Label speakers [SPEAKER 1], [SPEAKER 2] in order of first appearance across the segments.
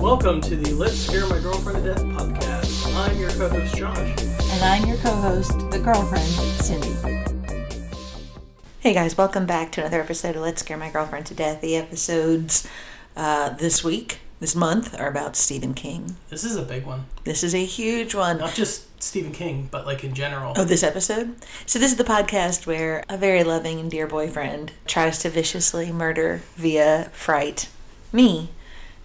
[SPEAKER 1] Welcome to the Let's Scare My Girlfriend to Death podcast. I'm your co host, Josh.
[SPEAKER 2] And I'm your co host, the girlfriend, Cindy. Hey guys, welcome back to another episode of Let's Scare My Girlfriend to Death. The episodes uh, this week, this month, are about Stephen King.
[SPEAKER 1] This is a big one.
[SPEAKER 2] This is a huge one.
[SPEAKER 1] Not just Stephen King, but like in general.
[SPEAKER 2] Oh, this episode? So, this is the podcast where a very loving and dear boyfriend tries to viciously murder via fright me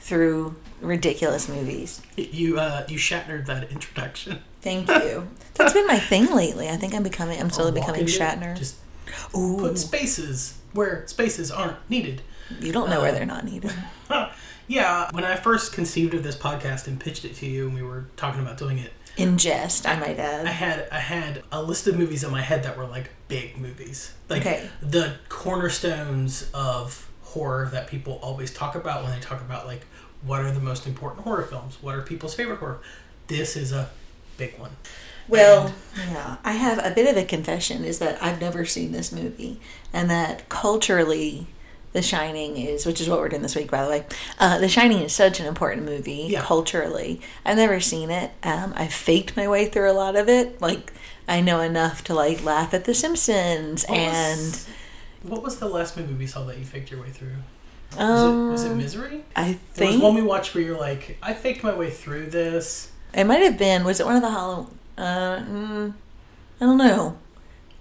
[SPEAKER 2] through ridiculous movies.
[SPEAKER 1] You uh, you shattered that introduction.
[SPEAKER 2] Thank you. That's been my thing lately. I think I'm becoming, I'm slowly
[SPEAKER 1] Walk
[SPEAKER 2] becoming
[SPEAKER 1] into it,
[SPEAKER 2] Shatner.
[SPEAKER 1] Just
[SPEAKER 2] Ooh,
[SPEAKER 1] put spaces where spaces aren't needed.
[SPEAKER 2] you don't know where they're not needed.
[SPEAKER 1] Yeah, when I first conceived of this podcast and pitched it to you, and we were talking about doing it,
[SPEAKER 2] In jest, I might
[SPEAKER 1] I
[SPEAKER 2] add.
[SPEAKER 1] had I had a list of movies in my head that were like big movies, like
[SPEAKER 2] Okay.
[SPEAKER 1] the cornerstones of horror that people always talk about when they talk about like what are the most important horror films, what are people's favorite horror. This is a big one.
[SPEAKER 2] Well, yeah, I have a bit of a confession is that I've never seen this movie, and that culturally, The Shining is, which is what we're doing this week, by the way. Uh, the Shining is such an important movie
[SPEAKER 1] Yeah.
[SPEAKER 2] culturally. I've never seen it. Um, I've faked my way through a lot of it. Like I know enough to like laugh at The Simpsons
[SPEAKER 1] What was-
[SPEAKER 2] and
[SPEAKER 1] what was the last movie we saw that you faked your way through? Was,
[SPEAKER 2] um,
[SPEAKER 1] it, was it Misery?
[SPEAKER 2] I
[SPEAKER 1] There was
[SPEAKER 2] think
[SPEAKER 1] one we watched where you're like, I faked my way through this.
[SPEAKER 2] It might have been. Was it one of the Halloween? Uh, mm, I don't know.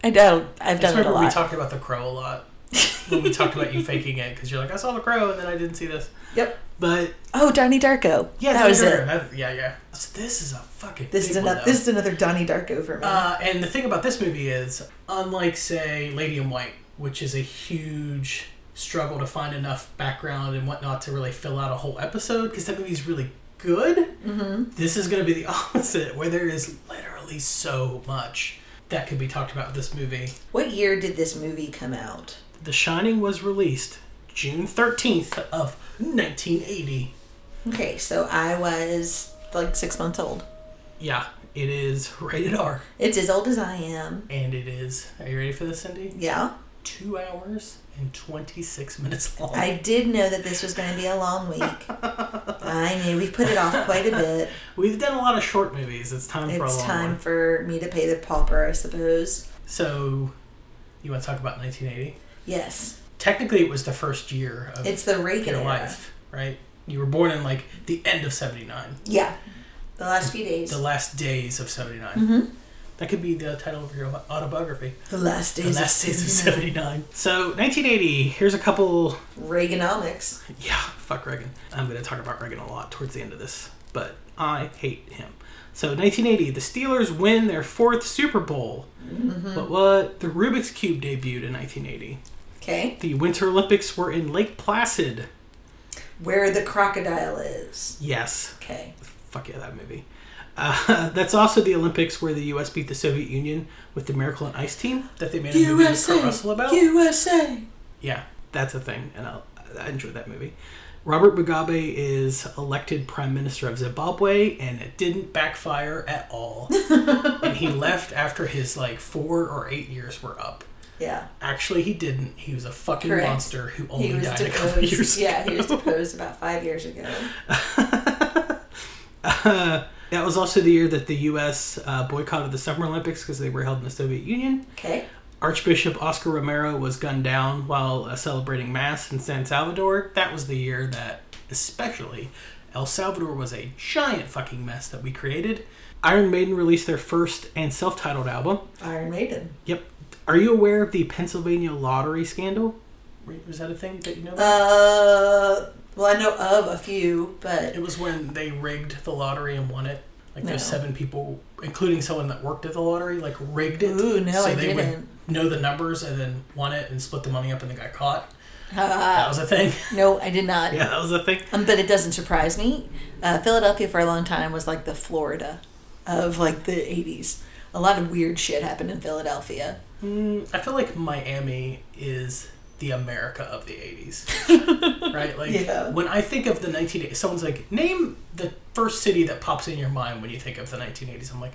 [SPEAKER 2] I doubt. I've
[SPEAKER 1] I
[SPEAKER 2] done
[SPEAKER 1] just
[SPEAKER 2] it a
[SPEAKER 1] remember we
[SPEAKER 2] lot.
[SPEAKER 1] talked about The Crow a lot when we talked about you faking it because you're like, I saw The Crow and then I didn't see this.
[SPEAKER 2] Yep.
[SPEAKER 1] But
[SPEAKER 2] Oh, Donnie Darko.
[SPEAKER 1] yeah,
[SPEAKER 2] that
[SPEAKER 1] Donnie
[SPEAKER 2] was
[SPEAKER 1] Darko,
[SPEAKER 2] it.
[SPEAKER 1] that- yeah, yeah. So this is a fucking.
[SPEAKER 2] This is
[SPEAKER 1] big one,
[SPEAKER 2] another.
[SPEAKER 1] though.
[SPEAKER 2] This is another Donnie Darko for me.
[SPEAKER 1] Uh, and the thing about this movie is, unlike say Lady in White, which is a huge struggle to find enough background and whatnot to really fill out a whole episode, because that movie's really good.
[SPEAKER 2] hmm
[SPEAKER 1] This is going to be the opposite, where there is literally so much that could be talked about with this movie.
[SPEAKER 2] What year did this movie come out?
[SPEAKER 1] The Shining was released June thirteenth of nineteen eighty.
[SPEAKER 2] Okay, so I was like six months old.
[SPEAKER 1] Yeah, it is rated R,
[SPEAKER 2] It's as old as I am.
[SPEAKER 1] and it is. Are you ready for this, Cindy?
[SPEAKER 2] Yeah,
[SPEAKER 1] Two hours and twenty six minutes long.
[SPEAKER 2] I did know that this was going to be a long week. I knew we put it off quite a bit.
[SPEAKER 1] We've done a lot of short movies. It's time for a
[SPEAKER 2] It's
[SPEAKER 1] long
[SPEAKER 2] time
[SPEAKER 1] one.
[SPEAKER 2] for me to pay the pauper, I suppose.
[SPEAKER 1] So, you want to talk about 1980?
[SPEAKER 2] Yes,
[SPEAKER 1] Technically, it was the first year of
[SPEAKER 2] it's the Reagan
[SPEAKER 1] your
[SPEAKER 2] era.
[SPEAKER 1] life, right? You were born in like the end of 79,
[SPEAKER 2] Yeah. The last few days.
[SPEAKER 1] the
[SPEAKER 2] The,
[SPEAKER 1] last days of 79.
[SPEAKER 2] Mhm.
[SPEAKER 1] That could be the title of your autobiography,
[SPEAKER 2] last days.
[SPEAKER 1] The Last Days of
[SPEAKER 2] Mm-hmm.
[SPEAKER 1] 79. So, 1980, here's a couple.
[SPEAKER 2] Reaganomics.
[SPEAKER 1] Yeah, fuck Reagan. I'm going to talk about Reagan a lot towards the end of this, but I hate him. So, 1980, the Steelers win their fourth Super Bowl. But what? The Rubik's Cube debuted in 1980.
[SPEAKER 2] Okay.
[SPEAKER 1] The Winter Olympics were in Lake Placid.
[SPEAKER 2] Where the crocodile is.
[SPEAKER 1] Yes.
[SPEAKER 2] Okay.
[SPEAKER 1] Fuck yeah, that movie. Uh, that's also the Olympics where the U.S. beat the Soviet Union with the Miracle on Ice team that they made a movie with Kurt Russell about.
[SPEAKER 2] USA.
[SPEAKER 1] yeah, that's a thing, and I'll, I enjoyed that movie. Robert Mugabe is elected prime minister of Zimbabwe, and it didn't backfire at all. and he left after his like four or eight years were up.
[SPEAKER 2] Yeah.
[SPEAKER 1] Actually, he didn't. He was a fucking
[SPEAKER 2] Correct.
[SPEAKER 1] monster who
[SPEAKER 2] He
[SPEAKER 1] only
[SPEAKER 2] was
[SPEAKER 1] died a couple years
[SPEAKER 2] deposed.
[SPEAKER 1] ago.
[SPEAKER 2] Yeah, he was deposed about five years ago.
[SPEAKER 1] Uh, that was also the year that the U.S. Uh, boycotted the Summer Olympics because they were held in the Soviet Union.
[SPEAKER 2] Okay.
[SPEAKER 1] Archbishop Oscar Romero was gunned down while uh, celebrating Mass in San Salvador. That was the year that, especially, El Salvador was a giant fucking mess that we created. Iron Maiden released their first and self titled album.
[SPEAKER 2] Iron Maiden.
[SPEAKER 1] Yep. Are you aware of the Pennsylvania lottery scandal? Was that a thing that you know? about?
[SPEAKER 2] Uh, well, I know of a few, but
[SPEAKER 1] It was when they rigged the lottery and won it. Like there's
[SPEAKER 2] No.
[SPEAKER 1] seven people, including someone that worked at the lottery, like rigged it.
[SPEAKER 2] Ooh, no, I
[SPEAKER 1] they
[SPEAKER 2] didn't.
[SPEAKER 1] would know the numbers and then won it and split the money up and they got caught.
[SPEAKER 2] uh,
[SPEAKER 1] That was a thing.
[SPEAKER 2] no, I did not.
[SPEAKER 1] yeah, that was a thing.
[SPEAKER 2] Um, but it doesn't surprise me. Uh, Philadelphia for a long time was like the Florida of like the 80s. A lot of weird shit happened in Philadelphia.
[SPEAKER 1] Mm, I feel like Miami is the America of the 80s. right? Like
[SPEAKER 2] Yeah.
[SPEAKER 1] when I think of the 1980s, someone's like, "Name the first city that pops in your mind when you think of the 1980s." I'm like,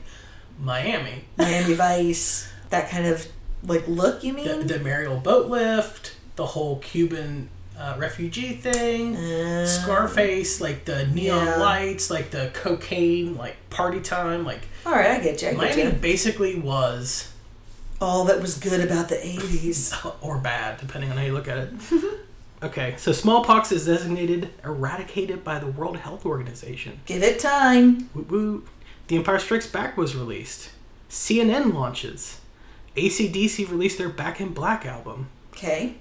[SPEAKER 1] "Miami."
[SPEAKER 2] Miami Vice, that kind of like look, you
[SPEAKER 1] The,
[SPEAKER 2] mean?
[SPEAKER 1] the aerial boat lift, the whole Cuban uh, uh, refugee thing,
[SPEAKER 2] Uh,
[SPEAKER 1] Scarface, like the neon
[SPEAKER 2] yeah.
[SPEAKER 1] lights, like the cocaine, like party time, like
[SPEAKER 2] All right, I get you. I get
[SPEAKER 1] Miami
[SPEAKER 2] you.
[SPEAKER 1] basically was
[SPEAKER 2] All that was good about the '80s.
[SPEAKER 1] or bad, depending on how you look at it. okay, so smallpox is designated eradicated by the World Health Organization.
[SPEAKER 2] Give it time.
[SPEAKER 1] Woot woot. The Empire Strikes Back was released. CNN launches. ACDC released their Back in Black album.
[SPEAKER 2] Okay,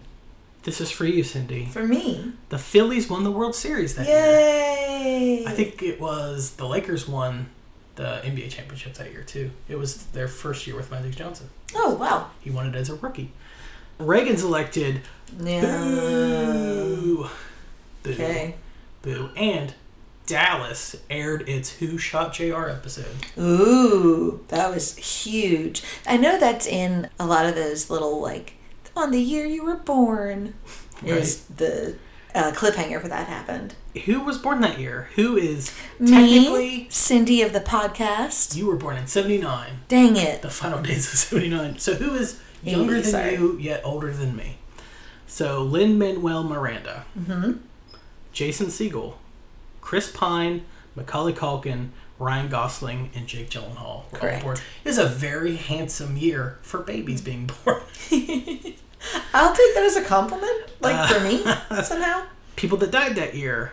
[SPEAKER 1] This is for you, Cindy.
[SPEAKER 2] for me.
[SPEAKER 1] The Phillies won the World Series that year.
[SPEAKER 2] Yay!
[SPEAKER 1] I think it was the Lakers won the NBA championship that year, too. It was their first year with Magic Johnson.
[SPEAKER 2] Oh wow.
[SPEAKER 1] He won it as a rookie. Reagan's elected.
[SPEAKER 2] Yeah.
[SPEAKER 1] Boo! Boo.
[SPEAKER 2] Okay.
[SPEAKER 1] Boo. And Dallas aired its Who Shot JR episode.
[SPEAKER 2] Ooh, that was huge. I know that's in a lot of those little like on the year you were born is the uh, cliffhanger for that happened.
[SPEAKER 1] Who was born that year? Who is
[SPEAKER 2] Me,
[SPEAKER 1] technically.
[SPEAKER 2] Cindy of the podcast.
[SPEAKER 1] You were born in 79,
[SPEAKER 2] Dang it.
[SPEAKER 1] the final days of 79. So who is younger
[SPEAKER 2] Eighty,
[SPEAKER 1] than
[SPEAKER 2] sorry.
[SPEAKER 1] you yet older than me? So Lynn Manuel Miranda,
[SPEAKER 2] Mm-hmm.
[SPEAKER 1] Jason Siegel, Chris Pine, Macaulay Culkin, Ryan Gosling, and Jake Gyllenhaal. were
[SPEAKER 2] Correct.
[SPEAKER 1] All born. It is a very handsome year for babies being born.
[SPEAKER 2] I'll take that as a compliment, like for me somehow.
[SPEAKER 1] People that died that year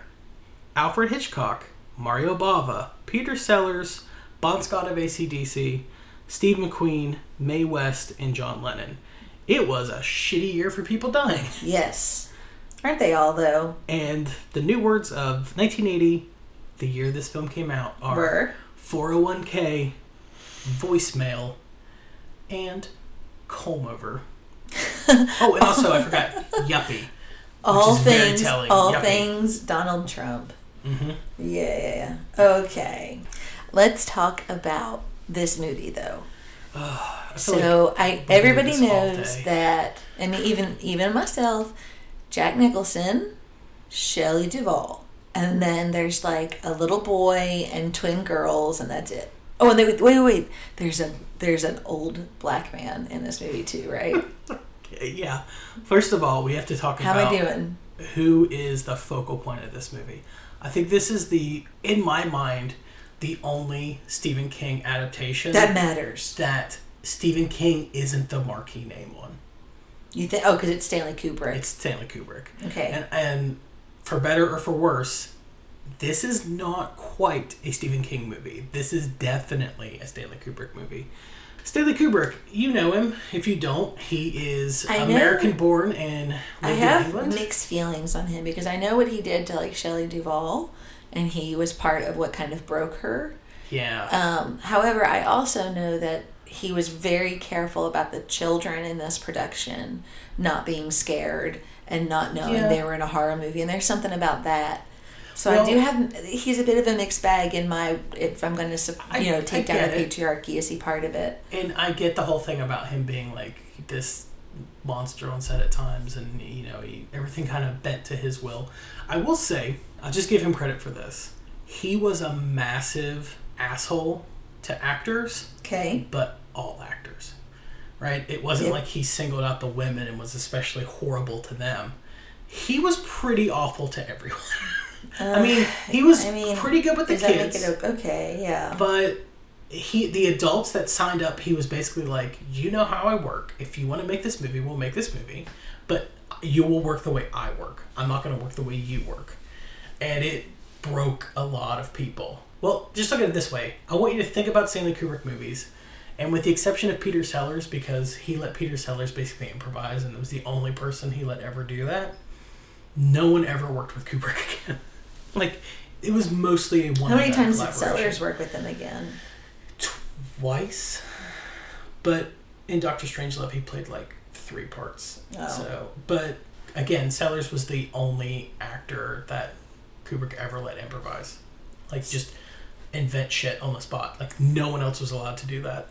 [SPEAKER 1] Alfred Hitchcock, Mario Bava, Peter Sellers, Bon Scott of ACDC, Steve McQueen, Mae West, and John Lennon. It was a shitty year for people dying.
[SPEAKER 2] Yes. Aren't they all though?
[SPEAKER 1] And the new words of 1980, the year this film came out, are
[SPEAKER 2] Were
[SPEAKER 1] 401k, voicemail, and comb over. oh, and also I forgot yuppie.
[SPEAKER 2] all
[SPEAKER 1] is very
[SPEAKER 2] things
[SPEAKER 1] telling.
[SPEAKER 2] all
[SPEAKER 1] Yuppie.
[SPEAKER 2] things Donald Trump. Mm-hmm. Yeah. Okay. Let's talk about this movie though.
[SPEAKER 1] I feel like-
[SPEAKER 2] So I everybody
[SPEAKER 1] this all
[SPEAKER 2] knows
[SPEAKER 1] day.
[SPEAKER 2] that and even even myself, Jack Nicholson, Shelley Duvall. And then there's like a little boy and twin girls and that's it. Oh, and they, wait, wait, wait. There's a there's an old black man in this movie too, right?
[SPEAKER 1] yeah. First of all, we have to talk
[SPEAKER 2] How am
[SPEAKER 1] about
[SPEAKER 2] I doing?
[SPEAKER 1] who is the focal point of this movie. I think this is the, in my mind, the only Stephen King adaptation
[SPEAKER 2] That matters.
[SPEAKER 1] that Stephen King isn't the marquee name on.
[SPEAKER 2] You think? Oh, because it's Stanley Kubrick.
[SPEAKER 1] It's Stanley Kubrick.
[SPEAKER 2] okay.
[SPEAKER 1] And, and for better or for worse, this is not quite a Stephen King movie. This is definitely a Stanley Kubrick movie. Stanley Kubrick, you know him. If you don't, he is
[SPEAKER 2] I know.
[SPEAKER 1] American born and lived
[SPEAKER 2] I
[SPEAKER 1] in
[SPEAKER 2] have
[SPEAKER 1] England.
[SPEAKER 2] mixed feelings on him because I know what he did to like Shelley Duvall, and he was part of what kind of broke her.
[SPEAKER 1] yeah.
[SPEAKER 2] Um, however, I also know that he was very careful about the children in this production not being scared and not knowing
[SPEAKER 1] Yeah.
[SPEAKER 2] they were in a horror movie, and there's something about that. So
[SPEAKER 1] Well-
[SPEAKER 2] I do have. He's a bit of a mixed bag in my. If I'm going to, sup-
[SPEAKER 1] I-
[SPEAKER 2] you know,
[SPEAKER 1] I
[SPEAKER 2] take down
[SPEAKER 1] get
[SPEAKER 2] the
[SPEAKER 1] it.
[SPEAKER 2] patriarchy, is he part of it?
[SPEAKER 1] and I get the whole thing about him being like this monster on set at times, and you know, he, everything kind of bent to his will. I will say, I'll just give him credit for this. He was a massive asshole to actors,
[SPEAKER 2] Okay.
[SPEAKER 1] but all actors, right? It wasn't
[SPEAKER 2] Yeah.
[SPEAKER 1] like he singled out the women and was especially horrible to them. He was pretty awful to everyone. I mean, he was
[SPEAKER 2] I mean,
[SPEAKER 1] pretty good with the
[SPEAKER 2] Does that make
[SPEAKER 1] kids.
[SPEAKER 2] it o- okay? Yeah.
[SPEAKER 1] But he, the adults that signed up, he was basically like, you know how I work. If you want to make this movie, we'll make this movie, but you will work the way I work. I'm not going to work the way you work, and it broke a lot of people. Well, just look at it this way. I want you to think about Stanley Kubrick movies, and with the exception of Peter Sellers, because he let Peter Sellers basically improvise, and it was the only person he let ever do that. No one ever worked with Kubrick again. like, it was mostly a one.
[SPEAKER 2] How many times did Sellers work with them again?
[SPEAKER 1] twice, but in Doctor Strangelove he played like three parts.
[SPEAKER 2] Oh.
[SPEAKER 1] So, but again, Sellers was the only actor that Kubrick ever let improvise, like just invent shit on the spot. Like no one else was allowed to do that.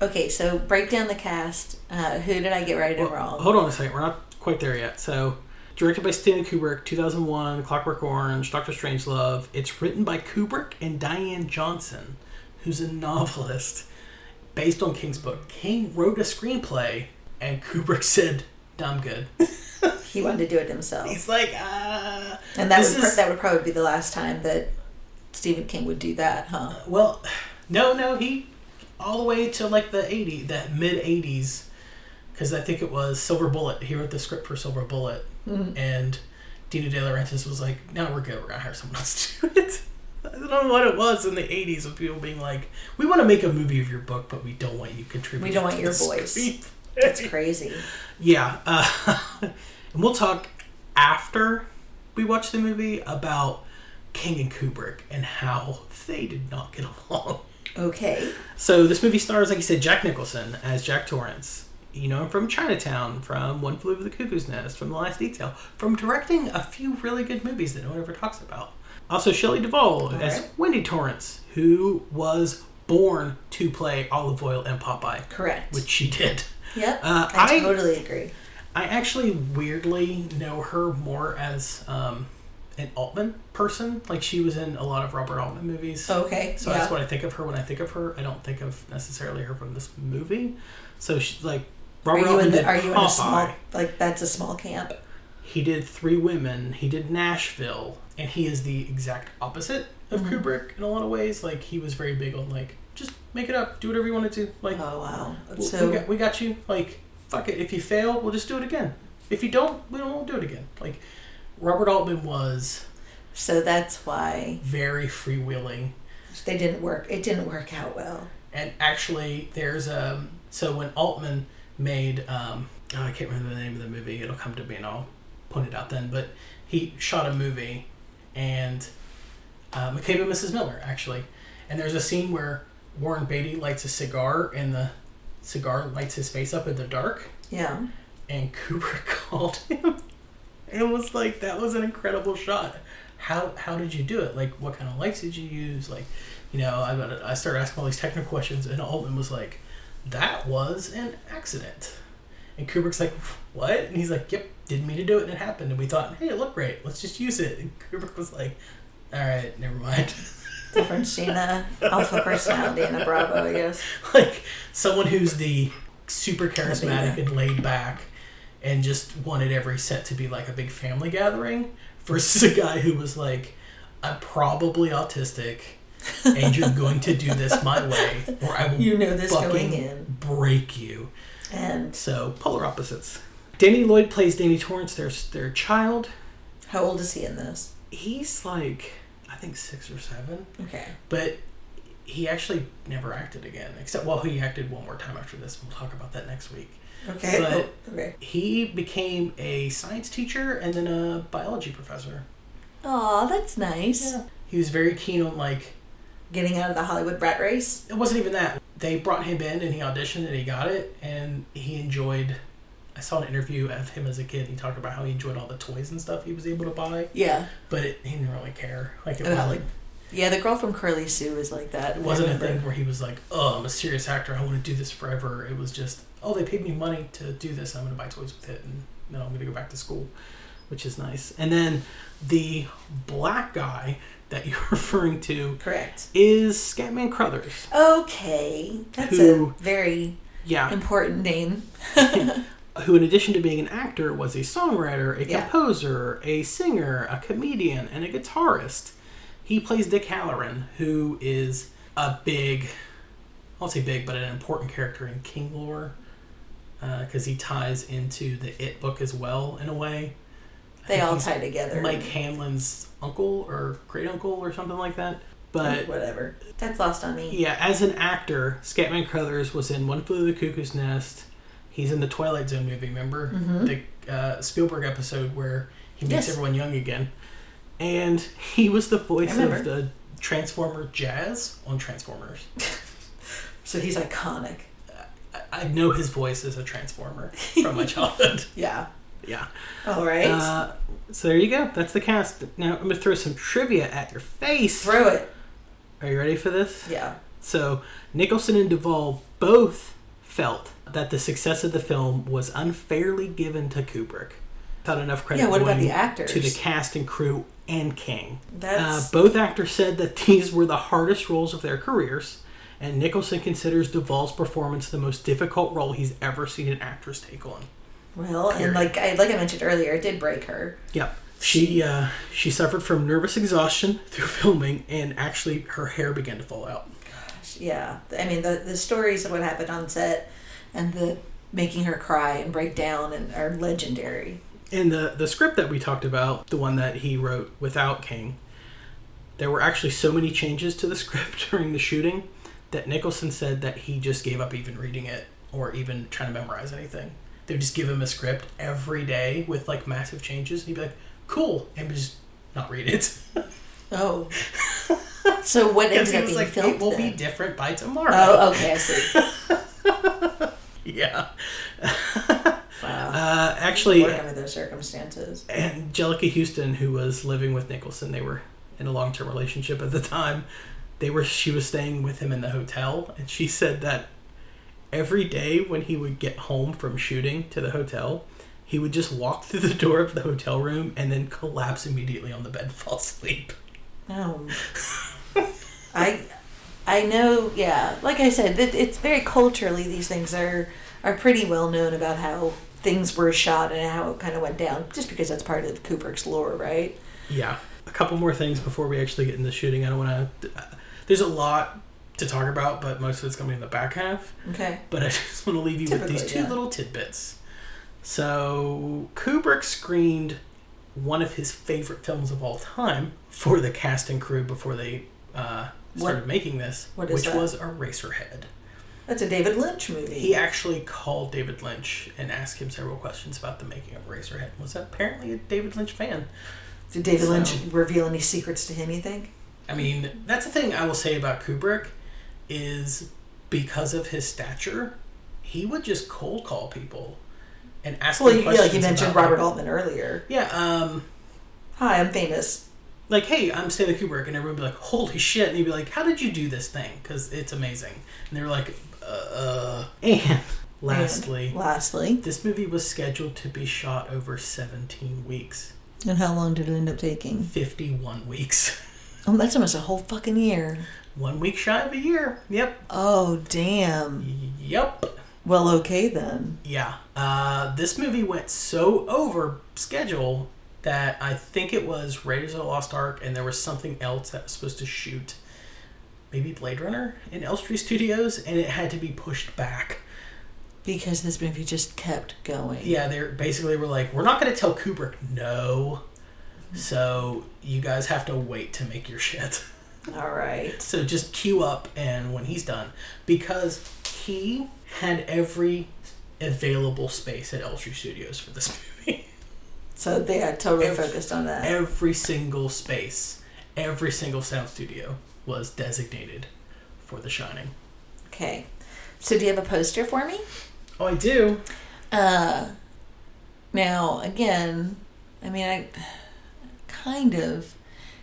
[SPEAKER 2] Okay, so break down the cast. Uh, who did I get right and
[SPEAKER 1] Well,
[SPEAKER 2] wrong?
[SPEAKER 1] Hold on a second, we're not quite there yet. So, directed by Stanley Kubrick, 2001, Clockwork Orange, Doctor Strangelove. It's written by Kubrick and Diane Johnson, who's a novelist based on King's book. King wrote a screenplay, and Kubrick said, "I'm good."
[SPEAKER 2] He wanted to do it himself,
[SPEAKER 1] He's like, uh,
[SPEAKER 2] and that would
[SPEAKER 1] this
[SPEAKER 2] pr-
[SPEAKER 1] is-
[SPEAKER 2] that would probably be the last time that Stephen King would do that, huh?
[SPEAKER 1] well, no, no, he all the way to like the eighty, that mid eighties, because I think it was Silver Bullet. He wrote the script for Silver Bullet,
[SPEAKER 2] Mm-hmm.
[SPEAKER 1] and Dina De Laurentiis was like, "No, we're good. We're gonna hire someone else to do it." I don't know what it was in the eighties with people being like, "We want to make a movie of your book, but we don't want you contributing.
[SPEAKER 2] We don't want
[SPEAKER 1] to
[SPEAKER 2] your
[SPEAKER 1] the
[SPEAKER 2] voice."
[SPEAKER 1] script."
[SPEAKER 2] That's crazy.
[SPEAKER 1] Yeah, uh, and we'll talk after we watch the movie about King and Kubrick and how they did not get along.
[SPEAKER 2] Okay.
[SPEAKER 1] So this movie stars, like you said, Jack Nicholson as Jack Torrance. You know him from Chinatown, from One Flew Over the Cuckoo's Nest, from The Last Detail, from directing a few really good movies that no one ever talks about. Also, Shelley Duvall as
[SPEAKER 2] right.
[SPEAKER 1] Wendy Torrance, who was born to play Olive Oil and Popeye,
[SPEAKER 2] Correct.
[SPEAKER 1] which she did.
[SPEAKER 2] yep.
[SPEAKER 1] uh,
[SPEAKER 2] I,
[SPEAKER 1] I-
[SPEAKER 2] totally agree.
[SPEAKER 1] I actually weirdly know her more as um, an Altman person. Like she was in a lot of Robert Altman movies.
[SPEAKER 2] Okay.
[SPEAKER 1] So
[SPEAKER 2] yeah.
[SPEAKER 1] that's what I think of her when I think of her. I don't think of necessarily her from this movie. So she's like
[SPEAKER 2] are
[SPEAKER 1] Robert
[SPEAKER 2] you
[SPEAKER 1] Altman
[SPEAKER 2] in the,
[SPEAKER 1] did
[SPEAKER 2] are you in a
[SPEAKER 1] Popeye.
[SPEAKER 2] small like that's a small camp?
[SPEAKER 1] He did Three Women. He did Nashville, and he is the exact opposite of
[SPEAKER 2] Mm-hmm.
[SPEAKER 1] Kubrick in a lot of ways. Like he was very big on like just make it up, do whatever you want to do. Like
[SPEAKER 2] Oh wow.
[SPEAKER 1] we-
[SPEAKER 2] So
[SPEAKER 1] we, got, we got you. Like, fuck it. If you fail, we'll just do it again. If you don't, we won't do it again. Like, Robert Altman was
[SPEAKER 2] so that's why
[SPEAKER 1] very freewheeling.
[SPEAKER 2] they didn't work. It didn't work out well.
[SPEAKER 1] And actually, there's um So when Altman made. Um, oh, I can't remember the name of the movie. It'll come to me and I'll point it out then. But he shot a movie and. Uh, McCabe and Mrs. Miller, actually. And there's a scene where Warren Beatty lights a cigar and the cigar lights his face up in the dark.
[SPEAKER 2] Yeah.
[SPEAKER 1] and Kubrick called him and was like, "That was an incredible shot. How how did you do it? Like, what kind of lights did you use? Like, you know, I got- I started asking all these technical questions, and Altman was like, "That was an accident." And Kubrick's like, "What?" And he's like, "Yep, didn't mean to do it, and it happened." And we thought, "Hey, it looked great. Let's just use it." And Kubrick was like, "All right, never mind."
[SPEAKER 2] Different Sheena, alpha personality and a Bravo, I guess.
[SPEAKER 1] like someone who's the super charismatic
[SPEAKER 2] Amazing.
[SPEAKER 1] and laid back and just wanted every set to be like a big family gathering versus a guy who was like i'm probably autistic and you're going to do this my way or i will
[SPEAKER 2] You know this
[SPEAKER 1] fucking
[SPEAKER 2] going in.
[SPEAKER 1] break you
[SPEAKER 2] And
[SPEAKER 1] so polar opposites danny lloyd plays danny torrance their, their child
[SPEAKER 2] how old is he in this?
[SPEAKER 1] he's like i think six or seven
[SPEAKER 2] Okay.
[SPEAKER 1] but he actually never acted again except well he acted one more time after this we'll talk about that next week
[SPEAKER 2] Okay.
[SPEAKER 1] But-
[SPEAKER 2] oh, okay.
[SPEAKER 1] he became a science teacher and then a biology professor
[SPEAKER 2] Aw, that's nice.
[SPEAKER 1] he was very keen on like
[SPEAKER 2] Getting out of the Hollywood rat race.
[SPEAKER 1] it wasn't even that they brought him in and he auditioned and he got it and he enjoyed i saw an interview of him as a kid he talked about how he enjoyed all the toys and stuff he was able to buy
[SPEAKER 2] Yeah.
[SPEAKER 1] but it, he didn't really care like it,
[SPEAKER 2] Oh,
[SPEAKER 1] was,
[SPEAKER 2] like- Yeah, the girl from Curly Sue was like that.
[SPEAKER 1] it wasn't
[SPEAKER 2] I
[SPEAKER 1] a
[SPEAKER 2] remember.
[SPEAKER 1] thing where he was like oh i'm a serious actor i want to do this forever it was just oh they paid me money to do this i'm going to buy toys with it and then i'm going to go back to school which is nice and then the black guy that you're referring to
[SPEAKER 2] Correct.
[SPEAKER 1] is Scatman Crothers.
[SPEAKER 2] Okay. That's
[SPEAKER 1] Who-
[SPEAKER 2] a very
[SPEAKER 1] Yeah,
[SPEAKER 2] important name.
[SPEAKER 1] who in addition to being an actor was a songwriter, a
[SPEAKER 2] Yeah.
[SPEAKER 1] composer, a singer, a comedian, and a guitarist. He plays Dick Halloran, who is a big, I won't say big, but an important character in King lore, because he ties into the It book as well in a way. I
[SPEAKER 2] They
[SPEAKER 1] think
[SPEAKER 2] all
[SPEAKER 1] he's
[SPEAKER 2] tie together.
[SPEAKER 1] Mike Hanlon's uncle or great uncle or something like that. But
[SPEAKER 2] whatever. That's lost on me.
[SPEAKER 1] Yeah, as an actor, Scatman Crothers was in One Flew Over the Cuckoo's Nest. He's in the Twilight Zone movie. Remember the uh, Spielberg episode where he makes
[SPEAKER 2] Mm-hmm. Yes.
[SPEAKER 1] everyone young again, and he was the voice
[SPEAKER 2] remember.
[SPEAKER 1] of the Transformer Jazz on Transformers.
[SPEAKER 2] So he's iconic.
[SPEAKER 1] I, I know his voice as a Transformer from my childhood.
[SPEAKER 2] Yeah.
[SPEAKER 1] Yeah.
[SPEAKER 2] All right.
[SPEAKER 1] Uh, so there you go. That's the cast. Now I'm gonna throw some trivia at your face.
[SPEAKER 2] Throw it.
[SPEAKER 1] Are you ready for this?
[SPEAKER 2] Yeah.
[SPEAKER 1] So Nicholson and Duvall both felt that the success of the film was unfairly given to Kubrick. Not enough credit
[SPEAKER 2] Yeah, what about
[SPEAKER 1] going
[SPEAKER 2] the actors?
[SPEAKER 1] to the cast and crew and King. Uh,
[SPEAKER 2] That's
[SPEAKER 1] both actors said that these were the hardest roles of their careers, and Nicholson considers Duvall's performance the most difficult role he's ever seen an actress take on.
[SPEAKER 2] Well, and like I like I mentioned earlier, it did break her.
[SPEAKER 1] Yeah. She uh, she suffered from nervous exhaustion through filming, and actually her hair began to fall out.
[SPEAKER 2] Yeah, I mean the the stories of what happened on set and the making her cry and break down and are legendary.
[SPEAKER 1] In the the script that we talked about, the one that he wrote without King, there were actually so many changes to the script during the shooting that Nicholson said that he just gave up even reading it or even trying to memorize anything. They would just give him a script every day with like massive changes, and he'd be like, "Cool," and just not read it.
[SPEAKER 2] Oh, so what
[SPEAKER 1] Because
[SPEAKER 2] ended
[SPEAKER 1] he
[SPEAKER 2] up
[SPEAKER 1] was
[SPEAKER 2] being
[SPEAKER 1] like,
[SPEAKER 2] filmed?
[SPEAKER 1] "It will
[SPEAKER 2] then?
[SPEAKER 1] be different by tomorrow."
[SPEAKER 2] oh, okay, I see.
[SPEAKER 1] Yeah.
[SPEAKER 2] Wow,
[SPEAKER 1] Uh, actually,
[SPEAKER 2] work under those circumstances.
[SPEAKER 1] Angelica Houston, who was living with Nicholson, they were in a long term relationship at the time. They were she was staying with him in the hotel and she said that every day when he would get home from shooting to the hotel, he would just walk through the door of the hotel room and then collapse immediately on the bed and fall asleep.
[SPEAKER 2] Um, I, I know. Yeah, like I said, it, it's very culturally. These things are are pretty well known about how things were shot and how it kind of went down, just because that's part of Kubrick's lore, right?
[SPEAKER 1] Yeah. A couple more things before we actually get into shooting. I don't want to. there's a lot to talk about, but most of it's going to be in the back half.
[SPEAKER 2] Okay.
[SPEAKER 1] but I just want to leave you with these
[SPEAKER 2] Typically,
[SPEAKER 1] two
[SPEAKER 2] yeah.
[SPEAKER 1] little tidbits. So Kubrick screened one of his favorite films of all time for the cast and crew before they uh,
[SPEAKER 2] What-
[SPEAKER 1] started making this,
[SPEAKER 2] what is
[SPEAKER 1] which
[SPEAKER 2] that?
[SPEAKER 1] was Eraserhead.
[SPEAKER 2] That's a David Lynch movie.
[SPEAKER 1] He actually called David Lynch and asked him several questions about the making of Eraserhead. and Was apparently a David Lynch fan.
[SPEAKER 2] Did David
[SPEAKER 1] So-
[SPEAKER 2] Lynch reveal any secrets to him? You think?
[SPEAKER 1] I mean, that's the thing I will say about Kubrick is because of his stature, he would just cold call people and ask
[SPEAKER 2] Well,
[SPEAKER 1] them
[SPEAKER 2] you, yeah,
[SPEAKER 1] questions.
[SPEAKER 2] like you mentioned
[SPEAKER 1] about,
[SPEAKER 2] Robert Altman earlier.
[SPEAKER 1] Yeah, um,
[SPEAKER 2] Hi, I'm famous.
[SPEAKER 1] like, hey, I'm Stanley Kubrick, and everyone would be like, holy shit. And he'd be like, how did you do this thing? Because it's amazing. And they were like, uh, uh. And lastly,
[SPEAKER 2] And lastly,
[SPEAKER 1] this movie was scheduled to be shot over 17 weeks,
[SPEAKER 2] and how long did it end up taking?
[SPEAKER 1] 51 weeks.
[SPEAKER 2] Oh, that's almost a whole fucking year.
[SPEAKER 1] One week shy of a year. Yep.
[SPEAKER 2] Oh, damn.
[SPEAKER 1] Yep.
[SPEAKER 2] Well, okay then.
[SPEAKER 1] Yeah. Uh, this movie went so over schedule that I think it was Raiders of the Lost Ark, and there was something else that was supposed to shoot, maybe Blade Runner in Elstree Studios, and it had to be pushed back.
[SPEAKER 2] Because this movie just kept going.
[SPEAKER 1] Yeah, they are basically were like, we're not going to tell Kubrick no, so you guys have to wait to make your shit.
[SPEAKER 2] All right.
[SPEAKER 1] So just queue up, and when he's done, because he had every available space at Elstree Studios for this movie.
[SPEAKER 2] So they are totally
[SPEAKER 1] Every-
[SPEAKER 2] focused on that.
[SPEAKER 1] every single space, every single sound studio was designated for The Shining.
[SPEAKER 2] okay. So do you have a poster for me?
[SPEAKER 1] Oh, I do.
[SPEAKER 2] Uh, now again, I mean, I kind of.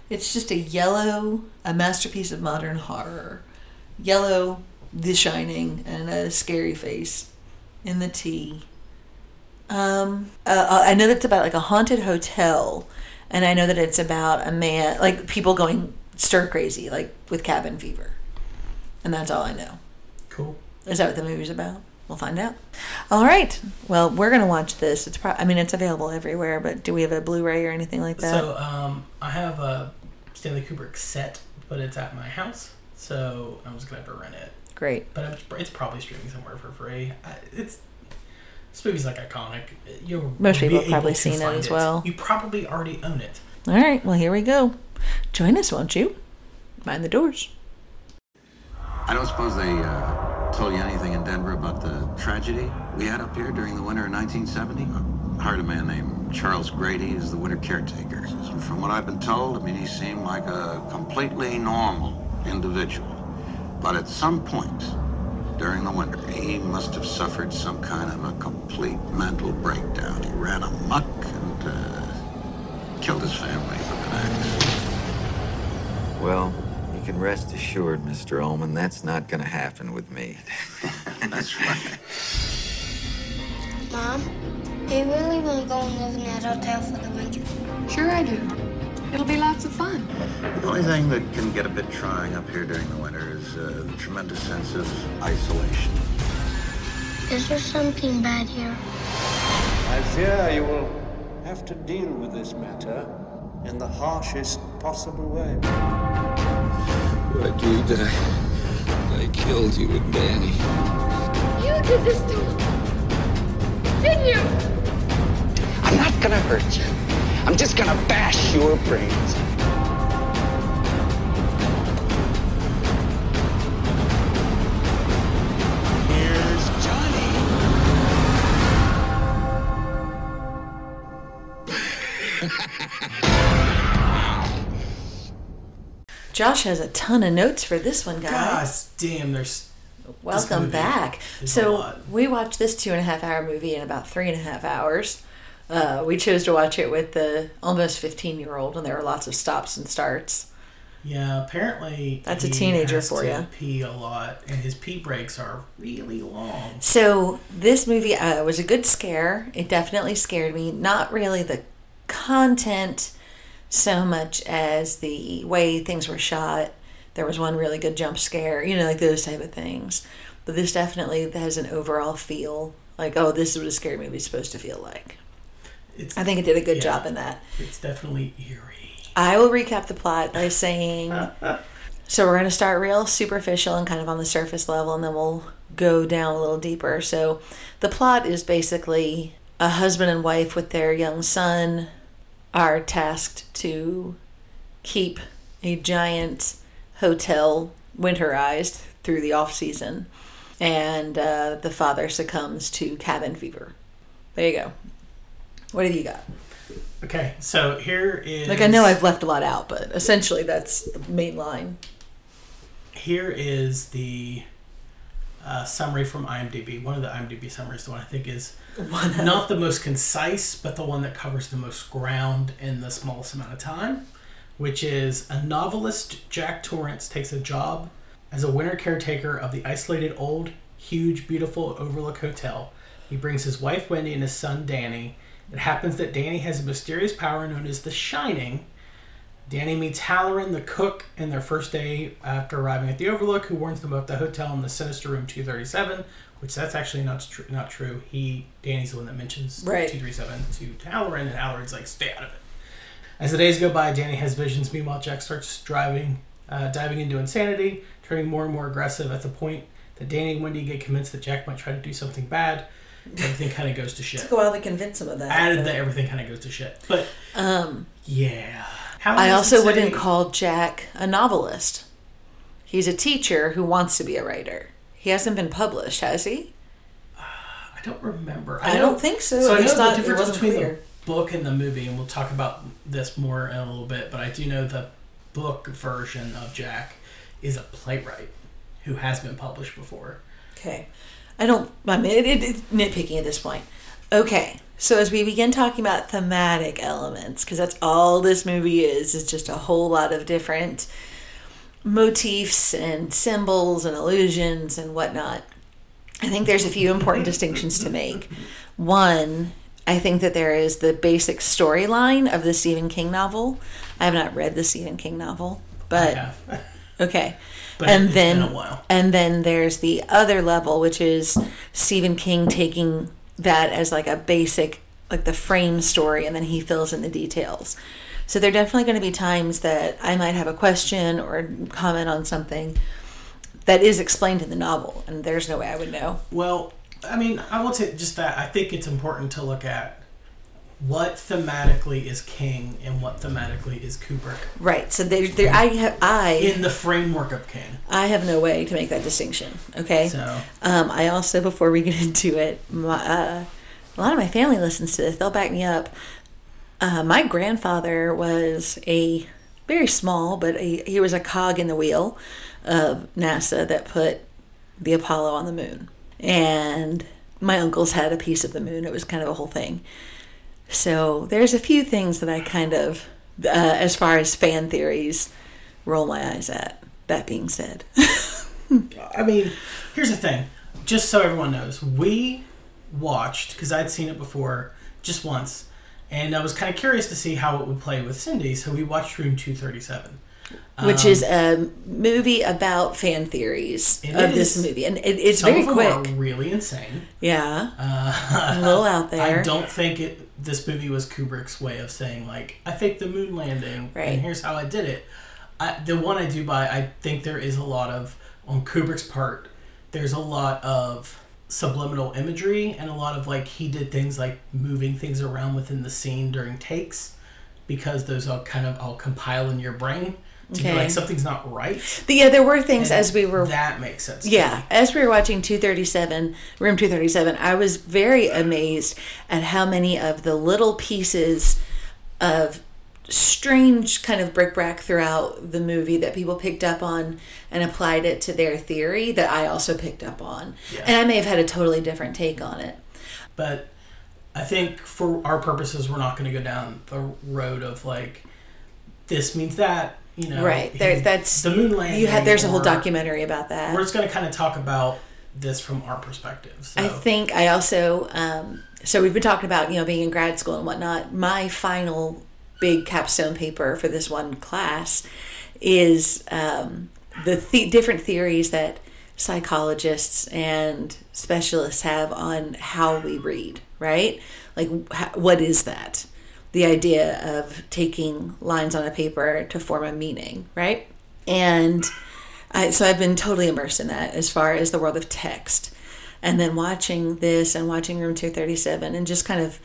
[SPEAKER 2] It's just a yellow, a masterpiece of modern horror. Yellow, The Shining, and a scary face in the T. Um, uh, uh, I know that's about like a haunted hotel, and I know that it's about a man, like people going stir crazy, like with cabin fever, and that's all I know.
[SPEAKER 1] Cool.
[SPEAKER 2] Is that what the movie's about? We'll find out. All right. Well, we're gonna watch this. It's probably. I mean, it's available everywhere. But do we have a Blu-ray or anything like that?
[SPEAKER 1] So, um, I have a Stanley Kubrick set, but it's at my house, so I'm just gonna have to rent it.
[SPEAKER 2] Great.
[SPEAKER 1] But I'm, it's probably streaming somewhere for free. I, it's this movie's like iconic. You'll
[SPEAKER 2] Most
[SPEAKER 1] you'll
[SPEAKER 2] people
[SPEAKER 1] be
[SPEAKER 2] have probably
[SPEAKER 1] able to
[SPEAKER 2] seen it
[SPEAKER 1] find
[SPEAKER 2] as well.
[SPEAKER 1] You probably already own it.
[SPEAKER 2] All right. Well, here we go. Join us, won't you? Mind the doors.
[SPEAKER 3] I don't suppose they uh, told you anything in Denver about the tragedy we had up here during the winter of 1970? I hired a man named Charles Grady as the winter caretaker. And From what I've been told, I mean, he seemed like a completely normal individual. But at some point during the winter, he must have suffered some kind of a complete mental breakdown. He ran amok and uh, killed his family with an axe.
[SPEAKER 4] Well, you can rest assured, Mr. Ullman, that's not going to happen with me.
[SPEAKER 3] That's right.
[SPEAKER 5] Mom, do you really want to go and live in that hotel for the winter?
[SPEAKER 6] Sure I do. It'll be lots of fun.
[SPEAKER 3] The only thing that can get a bit trying up here during the winter is uh, the tremendous sense of isolation.
[SPEAKER 5] Is there something bad here?
[SPEAKER 3] I
[SPEAKER 7] I fear you will have to deal with this matter in the harshest possible way.
[SPEAKER 8] But we die. I killed you with Danny.
[SPEAKER 9] You did this to him. Didn't you?
[SPEAKER 8] I'm not gonna hurt you. I'm just gonna bash your brains. Here's Johnny.
[SPEAKER 2] Josh has a ton of notes for this one, guys.
[SPEAKER 1] God damn, there's
[SPEAKER 2] Welcome
[SPEAKER 1] movie
[SPEAKER 2] back.
[SPEAKER 1] is a
[SPEAKER 2] So
[SPEAKER 1] lot.
[SPEAKER 2] we watched this two and a half hour movie in about three and a half hours. Uh, we chose to watch it with the almost 15 year old, and there were lots of stops and starts.
[SPEAKER 1] yeah. Apparently,
[SPEAKER 2] That's a
[SPEAKER 1] he
[SPEAKER 2] teenager
[SPEAKER 1] has
[SPEAKER 2] for
[SPEAKER 1] to
[SPEAKER 2] ya.
[SPEAKER 1] Pee a lot, and his pee breaks are really long.
[SPEAKER 2] So this movie uh, was a good scare. It definitely scared me. Not really the content so much as the way things were shot. There was one really good jump scare, you know, like those type of things. But this definitely has an overall feel like, oh, this is what a scary movie is supposed to feel like.
[SPEAKER 1] It's
[SPEAKER 2] I think it did a good
[SPEAKER 1] Yeah.
[SPEAKER 2] job in that.
[SPEAKER 1] it's definitely eerie.
[SPEAKER 2] I will recap the plot by saying so we're going to start real superficial and kind of on the surface level, and then we'll go down a little deeper. So the plot is basically a husband and wife with their young son are tasked to keep a giant hotel winterized through the off season, and uh, the father succumbs to cabin fever. There you go. What have you got?
[SPEAKER 1] Okay, so here is
[SPEAKER 2] Like I know I've left a lot out, but essentially that's the main line.
[SPEAKER 1] here is the uh, summary from IMDb. One of the IMDb summaries, the one I think is not the most concise, but the one that covers the most ground in the smallest amount of time, which is a novelist, Jack Torrance, takes a job as a winter caretaker of the isolated, old, huge, beautiful Overlook Hotel. He brings his wife, Wendy, and his son, Danny. It happens that Danny has a mysterious power known as the Shining, Danny meets Halloran, the cook, in their first day after arriving at the Overlook, who warns them about the hotel in the sinister room 237, which that's actually not tr- not true. He Danny's the one that mentions
[SPEAKER 2] Right.
[SPEAKER 1] 237 to Halloran, and Halloran's like, stay out of it. As the days go by, Danny has visions. Meanwhile, Jack starts driving, uh, diving into insanity, turning more and more aggressive at the point that Danny and Wendy get convinced that Jack might try to do something bad. Everything kind of goes to shit.
[SPEAKER 2] Took a while to convince him of that.
[SPEAKER 1] Added that everything kind of goes to shit. But, um, yeah. How does
[SPEAKER 2] I
[SPEAKER 1] it
[SPEAKER 2] also
[SPEAKER 1] say-
[SPEAKER 2] wouldn't call Jack a novelist. He's a teacher who wants to be a writer. He hasn't been published, has he?
[SPEAKER 1] I don't remember.
[SPEAKER 2] I
[SPEAKER 1] know-
[SPEAKER 2] don't think so.
[SPEAKER 1] So I
[SPEAKER 2] It's
[SPEAKER 1] know
[SPEAKER 2] not- it
[SPEAKER 1] the difference
[SPEAKER 2] wasn't
[SPEAKER 1] between
[SPEAKER 2] clear.
[SPEAKER 1] the book and the movie, and we'll talk about this more in a little bit. But I do know the book version of Jack is a playwright who has been published before.
[SPEAKER 2] Okay. I don't. I mean, it, it, it's nitpicking at this point. Okay. So as we begin talking about thematic elements, because that's all this movie is, is just a whole lot of different motifs and symbols and illusions and whatnot. I think there's a few important distinctions to make. One, I think that there is the basic storyline of the Stephen King novel. I have not read the Stephen King novel, but
[SPEAKER 1] Yeah,
[SPEAKER 2] okay.
[SPEAKER 1] But
[SPEAKER 2] and
[SPEAKER 1] it's
[SPEAKER 2] then
[SPEAKER 1] been a while.
[SPEAKER 2] and then there's the other level which is Stephen King taking that as like a basic like the frame story and then he fills in the details. So there're definitely going to be times that I might have a question or comment on something that is explained in the novel and there's no way I would know.
[SPEAKER 1] Well, I mean, I will say just that. I think it's important to look at what thematically is King and what thematically is Kubrick
[SPEAKER 2] Right. So there, there I have I
[SPEAKER 1] in the framework of King.
[SPEAKER 2] I have no way to make that distinction, okay?
[SPEAKER 1] So
[SPEAKER 2] Um, I also, before we get into it, my, uh, a lot of my family listens to this. They'll back me up. Uh, my grandfather was a very small, but a, he was a cog in the wheel of NASA that put the Apollo on the moon. And my uncles had a piece of the moon. It was kind of a whole thing. So there's a few things that I kind of, uh, as far as fan theories, roll my eyes at. That being said,
[SPEAKER 1] I mean, here's the thing. Just so everyone knows, we watched because I'd seen it before just once, and I was kind of curious to see how it would play with Cindy. So we watched Room 237,
[SPEAKER 2] which is a movie about fan theories
[SPEAKER 1] Um, It
[SPEAKER 2] of this
[SPEAKER 1] is.
[SPEAKER 2] movie, and it, it's
[SPEAKER 1] Some
[SPEAKER 2] very
[SPEAKER 1] of them
[SPEAKER 2] quick.
[SPEAKER 1] are really insane.
[SPEAKER 2] Yeah,
[SPEAKER 1] Uh,
[SPEAKER 2] a little out there.
[SPEAKER 1] I don't think it. This movie was Kubrick's way of saying like, I faked the moon landing,
[SPEAKER 2] Right.
[SPEAKER 1] and here's how I did it. I, the one I do buy, I think there is a lot of on Kubrick's part. There's a lot of subliminal imagery and a lot of like he did things like moving things around within the scene during takes because those all kind of all compile in your brain to be
[SPEAKER 2] Okay.
[SPEAKER 1] like something's not right.
[SPEAKER 2] But yeah, there were things as we were
[SPEAKER 1] that makes sense. to me.
[SPEAKER 2] Yeah, as we were watching 237, Room 237, I was very amazed at how many of the little pieces of strange kind of bric-a-brac throughout the movie that people picked up on and applied it to their theory that I also picked up on. And I may have had a totally different take on it.
[SPEAKER 1] but I think for our purposes, we're not going to go down the road of like this means that you know
[SPEAKER 2] Right, there-
[SPEAKER 1] he-
[SPEAKER 2] that's-
[SPEAKER 1] the moon landing.
[SPEAKER 2] You had there's a whole
[SPEAKER 1] or-
[SPEAKER 2] documentary about that.
[SPEAKER 1] We're just going to kind of talk about this from our perspective. So.
[SPEAKER 2] I think I also um, so we've been talking about you know being in grad school and whatnot. My final big capstone paper for this one class is um, the, the different theories that psychologists and specialists have on how we read. Right, like wh- what is that? The idea of taking lines on a paper to form a meaning. Right, and I, so I've been totally immersed in that as far as the world of text. And then watching this and watching Room 237 and just kind of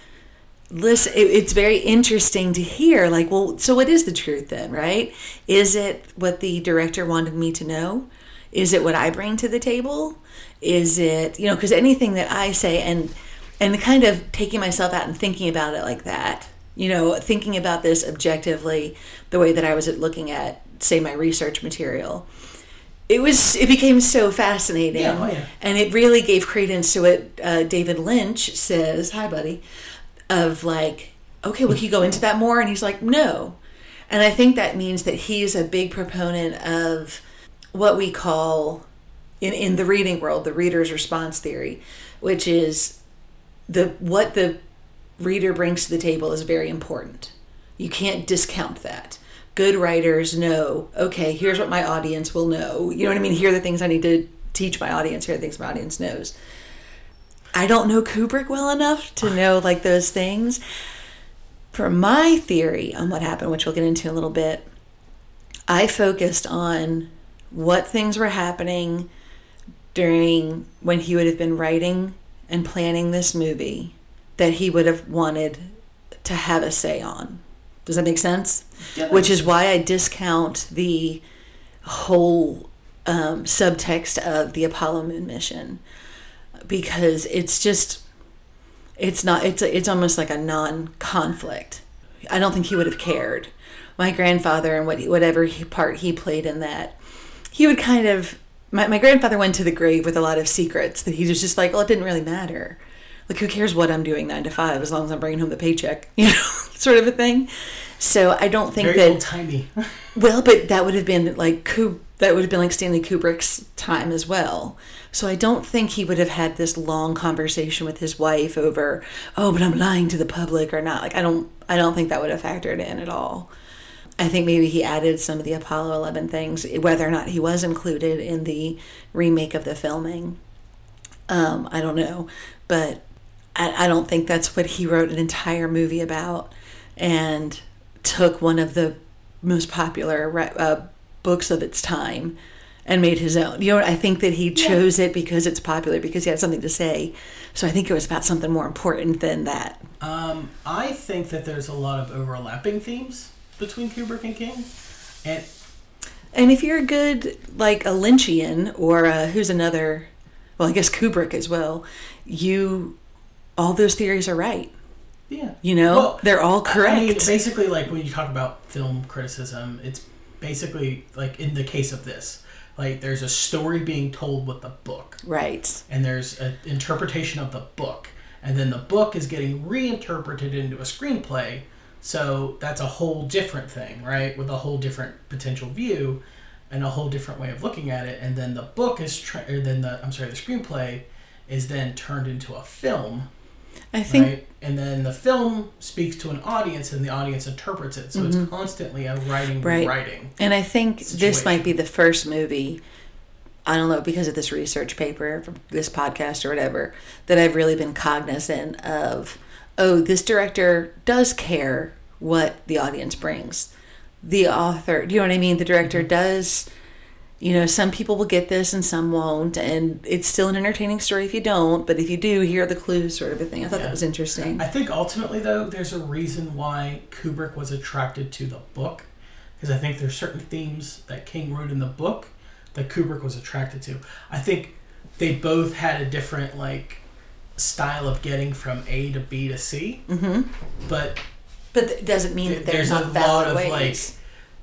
[SPEAKER 2] listen, it, it's very interesting to hear like, well, so what is the truth then, right? Is it what the director wanted me to know? Is it what I bring to the table? Is it, you know, because anything that I say and, and kind of taking myself out and thinking about it like that, you know, thinking about this objectively, the way that I was looking at, say, my research material, it was it became so fascinating
[SPEAKER 1] Yeah, oh, yeah.
[SPEAKER 2] and it really gave credence to what uh, david lynch says hi buddy of like okay will he go into that more and he's like no and i think that means that he's a big proponent of what we call in, in the reading world the reader's response theory which is the what the reader brings to the table is very important you can't discount that. Good writers know, okay, here's what my audience will know. You know what I mean? Here are the things I need to teach my audience. Here are the things my audience knows. I don't know Kubrick well enough to know like those things. For my theory on what happened, which we'll get into in a little bit, I focused on what things were happening during when he would have been writing and planning this movie that he would have wanted to have a say on. Does that make sense?
[SPEAKER 1] Yeah,
[SPEAKER 2] Which is why I discount the whole um, subtext of the Apollo moon mission because it's just it's not it's it's almost like a non-conflict. I don't think he would have cared. My grandfather and what whatever he, part he played in that, he would kind of. My, my grandfather went to the grave with a lot of secrets that he was just like, well, it didn't really matter. Like, who cares what I'm doing nine to five as long as I'm bringing home the paycheck, you know, sort of a thing. So I don't think
[SPEAKER 1] very
[SPEAKER 2] that
[SPEAKER 1] old timey.
[SPEAKER 2] well, but that would have been like Kub- that would have been like Stanley Kubrick's time as well. So I don't think he would have had this long conversation with his wife over, oh, but I'm lying to the public or not. Like I don't I don't think that would have factored in at all. I think maybe he added some of the Apollo 11 things, whether or not he was included in the remake of the filming. Um, I don't know, but I, I don't think that's what he wrote an entire movie about and took one of the most popular ri- uh, books of its time and made his own. You know, I think that he chose it because it's popular, because he had something to say. So I think it was about something more important than that.
[SPEAKER 1] Um, I think that there's a lot of overlapping themes between Kubrick and King, and
[SPEAKER 2] And if you're a good, like a Lynchian or a, who's another, well, I guess Kubrick as well, you, all those theories are right.
[SPEAKER 1] yeah,
[SPEAKER 2] You know,
[SPEAKER 1] Well,
[SPEAKER 2] they're all correct.
[SPEAKER 1] I mean, basically, like when you talk about film criticism, it's basically like in the case of this, like there's a story being told with the book,
[SPEAKER 2] right.
[SPEAKER 1] and there's an interpretation of the book, and then the book is getting reinterpreted into a screenplay. So that's a whole different thing, right? With a whole different potential view and a whole different way of looking at it. And then the book is, tra- or then the I'm sorry, the screenplay is then turned into a film
[SPEAKER 2] I think
[SPEAKER 1] right? And then the film speaks to an audience, and the audience interprets it. So it's constantly a writing,
[SPEAKER 2] Mm-hmm. Right.
[SPEAKER 1] writing.
[SPEAKER 2] And I think this
[SPEAKER 1] situation.
[SPEAKER 2] might be the first movie, I don't know, because of this research paper, this podcast or whatever, that I've really been cognizant of oh, this director does care what the audience brings. The author, do you know what I mean? The director
[SPEAKER 1] Mm-hmm.
[SPEAKER 2] does, you know, some people will get this and some won't. And it's still an entertaining story if you don't, but if you do, here are the clues, sort of a thing. I thought that was interesting.
[SPEAKER 1] I think ultimately, though, there's a reason why Kubrick was attracted to the book, because I think there's certain themes that King wrote in the book that Kubrick was attracted to. I think they both had a different like style of getting from A to B to C, mm-hmm. but
[SPEAKER 2] but it doesn't mean that
[SPEAKER 1] there's
[SPEAKER 2] there's
[SPEAKER 1] a
[SPEAKER 2] not
[SPEAKER 1] lot
[SPEAKER 2] valid
[SPEAKER 1] of
[SPEAKER 2] ways.
[SPEAKER 1] like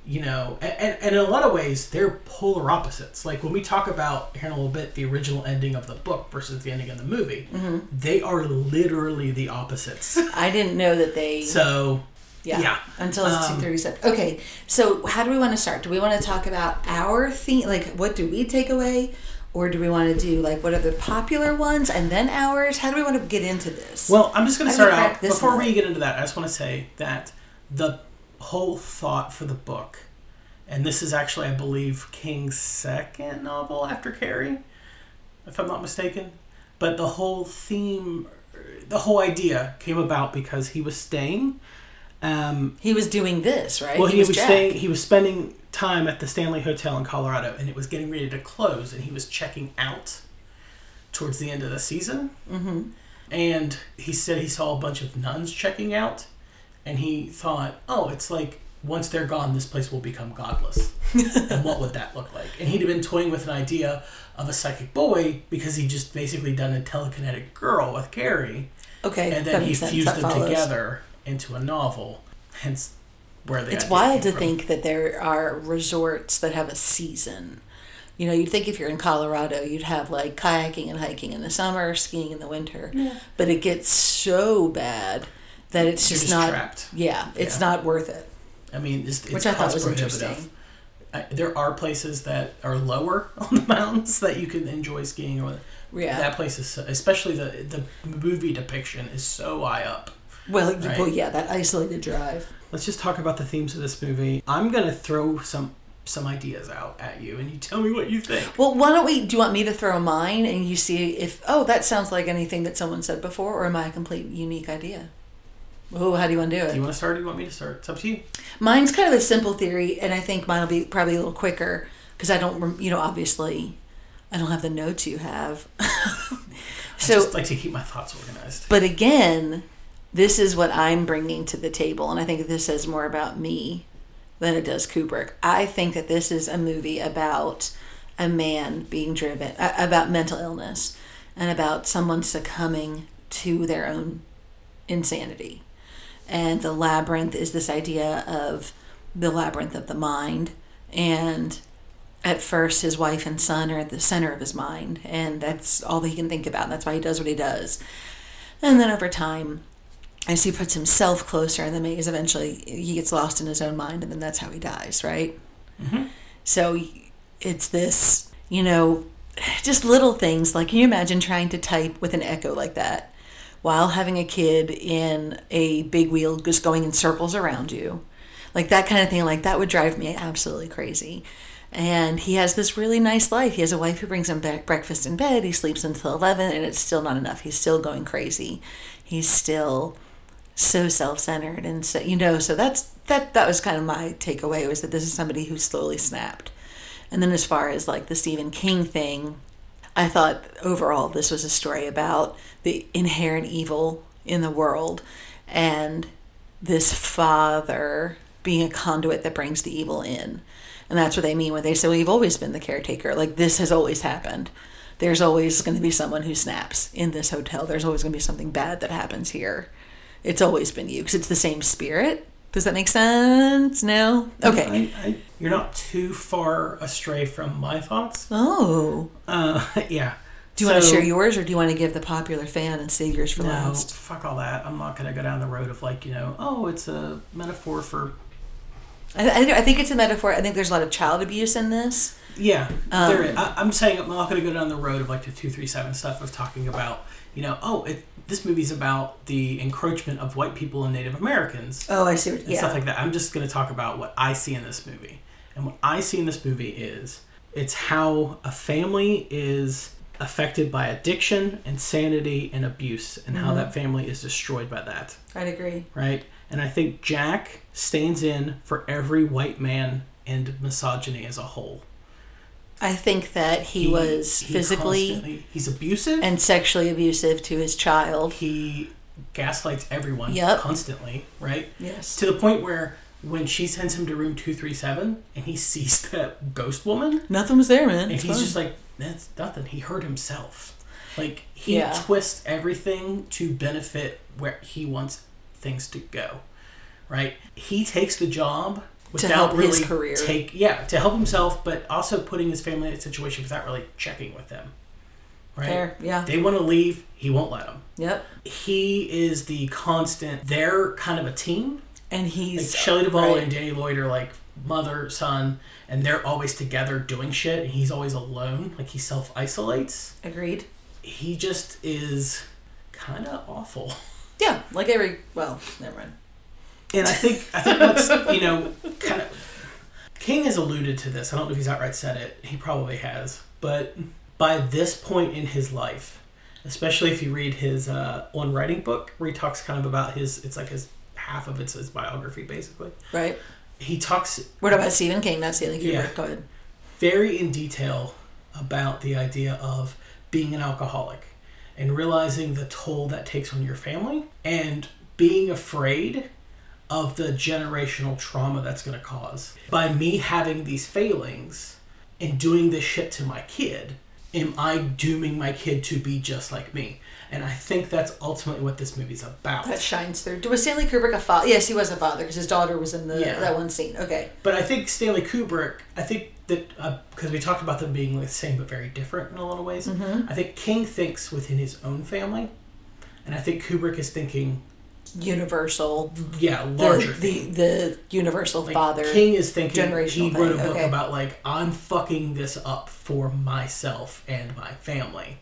[SPEAKER 1] you know and, and, and in a lot of ways they're polar opposites like when we talk about here in a little bit the original ending of the book versus the ending of the movie
[SPEAKER 2] Mm-hmm.
[SPEAKER 1] they are literally the opposites
[SPEAKER 2] I didn't know that they.
[SPEAKER 1] so
[SPEAKER 2] Yeah.
[SPEAKER 1] Yeah.
[SPEAKER 2] Until it's
[SPEAKER 1] Um,
[SPEAKER 2] 237. Okay. So how do we want to start? Do we want to talk about our theme? Like, what do we take away? Or do we want to do, like, what are the popular ones and then ours? How do we want to get into this?
[SPEAKER 1] well i'm just going
[SPEAKER 2] I
[SPEAKER 1] to start
[SPEAKER 2] would
[SPEAKER 1] out
[SPEAKER 2] crack this
[SPEAKER 1] before we
[SPEAKER 2] nut.
[SPEAKER 1] get into that i just want to say that the whole thought for the book and this is actually i believe king's second novel after carrie if i'm not mistaken but the whole theme the whole idea came about because he was staying um,
[SPEAKER 2] he was doing this, right?
[SPEAKER 1] Well, he, was,
[SPEAKER 2] Jack.
[SPEAKER 1] staying. He was spending time at the Stanley Hotel in Colorado, and it was getting ready to close, and he was checking out towards the end of the season. Mm-hmm. And he said he saw a bunch of nuns checking out, and he thought, "Oh, it's like once they're gone, this place will become godless." and what would that look like? And he'd have been toying with an idea of a psychic boy because he just basically done a telekinetic girl with Carrie,
[SPEAKER 2] Okay.
[SPEAKER 1] and
[SPEAKER 2] that
[SPEAKER 1] then he
[SPEAKER 2] makes sense.
[SPEAKER 1] fused
[SPEAKER 2] That
[SPEAKER 1] them
[SPEAKER 2] follows.
[SPEAKER 1] together into a novel. Hence, where the
[SPEAKER 2] It's
[SPEAKER 1] idea
[SPEAKER 2] wild to
[SPEAKER 1] came from.
[SPEAKER 2] think that there are resorts that have a season. You know, you'd think if you're in Colorado, you'd have like kayaking and hiking in the summer, skiing in the winter. But it gets so bad that it's
[SPEAKER 1] You're
[SPEAKER 2] just,
[SPEAKER 1] just
[SPEAKER 2] not.
[SPEAKER 1] trapped.
[SPEAKER 2] Yeah, it's
[SPEAKER 1] Yeah.
[SPEAKER 2] not worth it.
[SPEAKER 1] I mean, it's, it's
[SPEAKER 2] Which I thought
[SPEAKER 1] cost
[SPEAKER 2] was
[SPEAKER 1] prohibitive.
[SPEAKER 2] interesting.
[SPEAKER 1] I, there are places that are lower on the mountains that you can enjoy skiing or.
[SPEAKER 2] Yeah.
[SPEAKER 1] That place is so, especially the the movie depiction is so high up.
[SPEAKER 2] Well, you-
[SPEAKER 1] Right.
[SPEAKER 2] well, yeah, that isolated drive.
[SPEAKER 1] Let's just talk about the themes of this movie. I'm gonna throw some some ideas out at you, and you tell me what you think.
[SPEAKER 2] Well, why don't we? Do you want me to throw mine and you see if oh that sounds like anything that someone said before, or am I a complete unique idea? Oh, how do you want to do it?
[SPEAKER 1] Do you want to start? Or do you want me to start? It's up to you.
[SPEAKER 2] Mine's kind of a simple theory, and I think mine will be probably a little quicker because I don't, rem- you know, obviously, I don't have the notes you have.
[SPEAKER 1] I
[SPEAKER 2] so,
[SPEAKER 1] just like to keep my thoughts organized.
[SPEAKER 2] but again, this is what I'm bringing to the table, and I think this says more about me than it does Kubrick. I think that this is a movie about a man being driven, uh, about mental illness, and about someone succumbing to their own insanity. And the labyrinth is this idea of the labyrinth of the mind. And at first, his wife and son are at the center of his mind, and that's all that he can think about. That's why he does what he does. And then over time, as he puts himself closer in the maze, eventually he gets lost in his own mind, and then that's how he dies, right? So it's this, you know, just little things. Like, can you imagine trying to type with an echo like that while having a kid in a big wheel just going in circles around you? Like, that kind of thing. Like, that would drive me absolutely crazy. And he has this really nice life. He has a wife who brings him back breakfast in bed. He sleeps until 11, and it's still not enough. He's still going crazy. He's still so self-centered and so you know so that's that that was kind of my takeaway was that this is somebody who slowly snapped and then as far as like the stephen king thing i thought overall this was a story about the inherent evil in the world and this father being a conduit that brings the evil in and that's what they mean when they say well you've always been the caretaker like this has always happened there's always going to be someone who snaps in this hotel there's always going to be something bad that happens here it's always been you because it's the same spirit. Does that make sense? No? Okay.
[SPEAKER 1] I, I, you're not too far astray from my thoughts.
[SPEAKER 2] Oh.
[SPEAKER 1] Uh, yeah.
[SPEAKER 2] Do you want to
[SPEAKER 1] So-
[SPEAKER 2] share yours or do you want to give the popular fan and save yours for
[SPEAKER 1] No,
[SPEAKER 2] last?
[SPEAKER 1] fuck all that. I'm not gonna go down the road of like you know, oh, it's a metaphor for
[SPEAKER 2] I, I, I think it's a metaphor. I think there's a lot of child abuse in this.
[SPEAKER 1] Yeah,
[SPEAKER 2] Um,
[SPEAKER 1] there is. I, I'm saying I'm not going to go down the road of like the two three seven stuff of talking about you know oh it, this movie's about the encroachment of white people and Native Americans
[SPEAKER 2] Oh, I see. What,
[SPEAKER 1] and
[SPEAKER 2] yeah.
[SPEAKER 1] stuff like that. I'm just going to talk about what I see in this movie, and what I see in this movie is it's how a family is affected by addiction, insanity, and abuse, and
[SPEAKER 2] Mm-hmm.
[SPEAKER 1] how that family is destroyed by that
[SPEAKER 2] I'd agree.
[SPEAKER 1] right? And I think Jack stands in for every white man and misogyny as a whole.
[SPEAKER 2] I think that he, was
[SPEAKER 1] he
[SPEAKER 2] physically
[SPEAKER 1] constantly- he's abusive and
[SPEAKER 2] and sexually abusive to his child.
[SPEAKER 1] he gaslights everyone
[SPEAKER 2] Yep.
[SPEAKER 1] constantly, right?
[SPEAKER 2] Yes.
[SPEAKER 1] To the point where when she sends him to room 237 and he sees that ghost woman
[SPEAKER 2] Nothing was there, man.
[SPEAKER 1] and
[SPEAKER 2] It's
[SPEAKER 1] he's
[SPEAKER 2] fine.
[SPEAKER 1] just like that's nothing. He hurt himself. Like he
[SPEAKER 2] Yeah.
[SPEAKER 1] twists everything to benefit where he wants things to go. Right? He takes the job without
[SPEAKER 2] help
[SPEAKER 1] really
[SPEAKER 2] his career.
[SPEAKER 1] take yeah, to help himself but also putting his family in a situation without really checking with them. Right?
[SPEAKER 2] Fair, yeah.
[SPEAKER 1] They want to leave, he won't let them.
[SPEAKER 2] yep.
[SPEAKER 1] He is the constant they're kind of a team.
[SPEAKER 2] And he's
[SPEAKER 1] Like Shelley Duvall
[SPEAKER 2] right.
[SPEAKER 1] and Danny Lloyd are like mother son, and they're always together doing shit, and he's always alone. Like he self isolates.
[SPEAKER 2] agreed.
[SPEAKER 1] He just is kind of awful.
[SPEAKER 2] Yeah, like every well, never mind.
[SPEAKER 1] And I think I think what's you know kind of King has alluded to this. I don't know if he's outright said it. He probably has, but by this point in his life, especially if you read his uh, on writing book, where he talks kind of about his, it's like his half of it's his biography basically.
[SPEAKER 2] Right.
[SPEAKER 1] He talks
[SPEAKER 2] We're talking about Stephen King, not Stanley Kubrick.
[SPEAKER 1] Yeah.
[SPEAKER 2] Go ahead.
[SPEAKER 1] very in detail about the idea of being an alcoholic and realizing the toll that takes on your family and being afraid of the generational trauma that's going to cause. By me having these failings and doing this shit to my kid, am I dooming my kid to be just like me? And I think that's ultimately what this movie's about.
[SPEAKER 2] That shines through. Was Stanley Kubrick a father? Yes, he was a father because his daughter was in the
[SPEAKER 1] Yeah.
[SPEAKER 2] that one scene. Okay.
[SPEAKER 1] But I think Stanley Kubrick, I think that because we talked about them being the same but very different in a lot of ways. I think King thinks within his own family, and I think Kubrick is thinking,
[SPEAKER 2] Universal.
[SPEAKER 1] yeah, larger.
[SPEAKER 2] The, the the universal
[SPEAKER 1] Like,
[SPEAKER 2] father.
[SPEAKER 1] King is thinking. He
[SPEAKER 2] generational
[SPEAKER 1] wrote a
[SPEAKER 2] thing,
[SPEAKER 1] book
[SPEAKER 2] okay.
[SPEAKER 1] about like I'm fucking this up for myself and my family,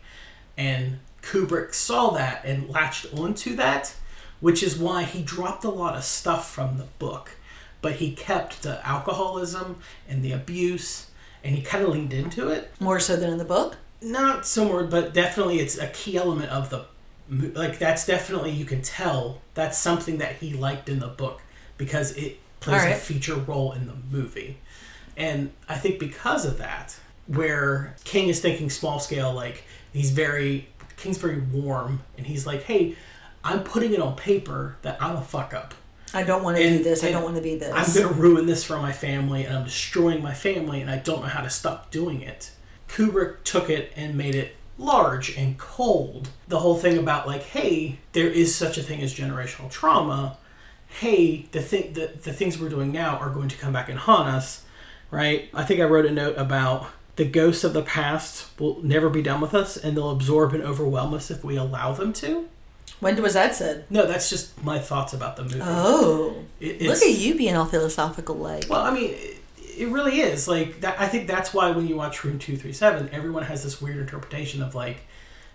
[SPEAKER 1] and Kubrick saw that and latched onto that, which is why he dropped a lot of stuff from the book, but he kept the alcoholism and the abuse, and he kind of leaned into it
[SPEAKER 2] More so than in the book.
[SPEAKER 1] not somewhere, but definitely it's a key element of the mo- like that's definitely you can tell that's something that he liked in the book because it plays
[SPEAKER 2] All
[SPEAKER 1] a
[SPEAKER 2] right.
[SPEAKER 1] feature role in the movie. And I think because of that, where King is thinking small scale, like he's very King's very warm and he's like, "Hey, I'm putting it on paper that I'm a fuck up."
[SPEAKER 2] I don't want to
[SPEAKER 1] And-
[SPEAKER 2] do this. I
[SPEAKER 1] and
[SPEAKER 2] don't want to be this.
[SPEAKER 1] I'm going to ruin this for my family, and I'm destroying my family, and I don't know how to stop doing it. Kubrick took it and made it large and cold. The whole thing about like, hey, there is such a thing as generational trauma. Hey, the thing, the, the things we're doing now are going to come back and haunt us, right? I think I wrote a note about the ghosts of the past will never be done with us, and they'll absorb and overwhelm us if we allow them to.
[SPEAKER 2] when was that said?
[SPEAKER 1] No, that's just my thoughts about the movie.
[SPEAKER 2] Oh,
[SPEAKER 1] It-
[SPEAKER 2] look
[SPEAKER 1] it's-
[SPEAKER 2] at you being all philosophical, like.
[SPEAKER 1] Well, I mean, it, it really is like that. I think that's why when you watch Room Two Three Seven, everyone has this weird interpretation of like,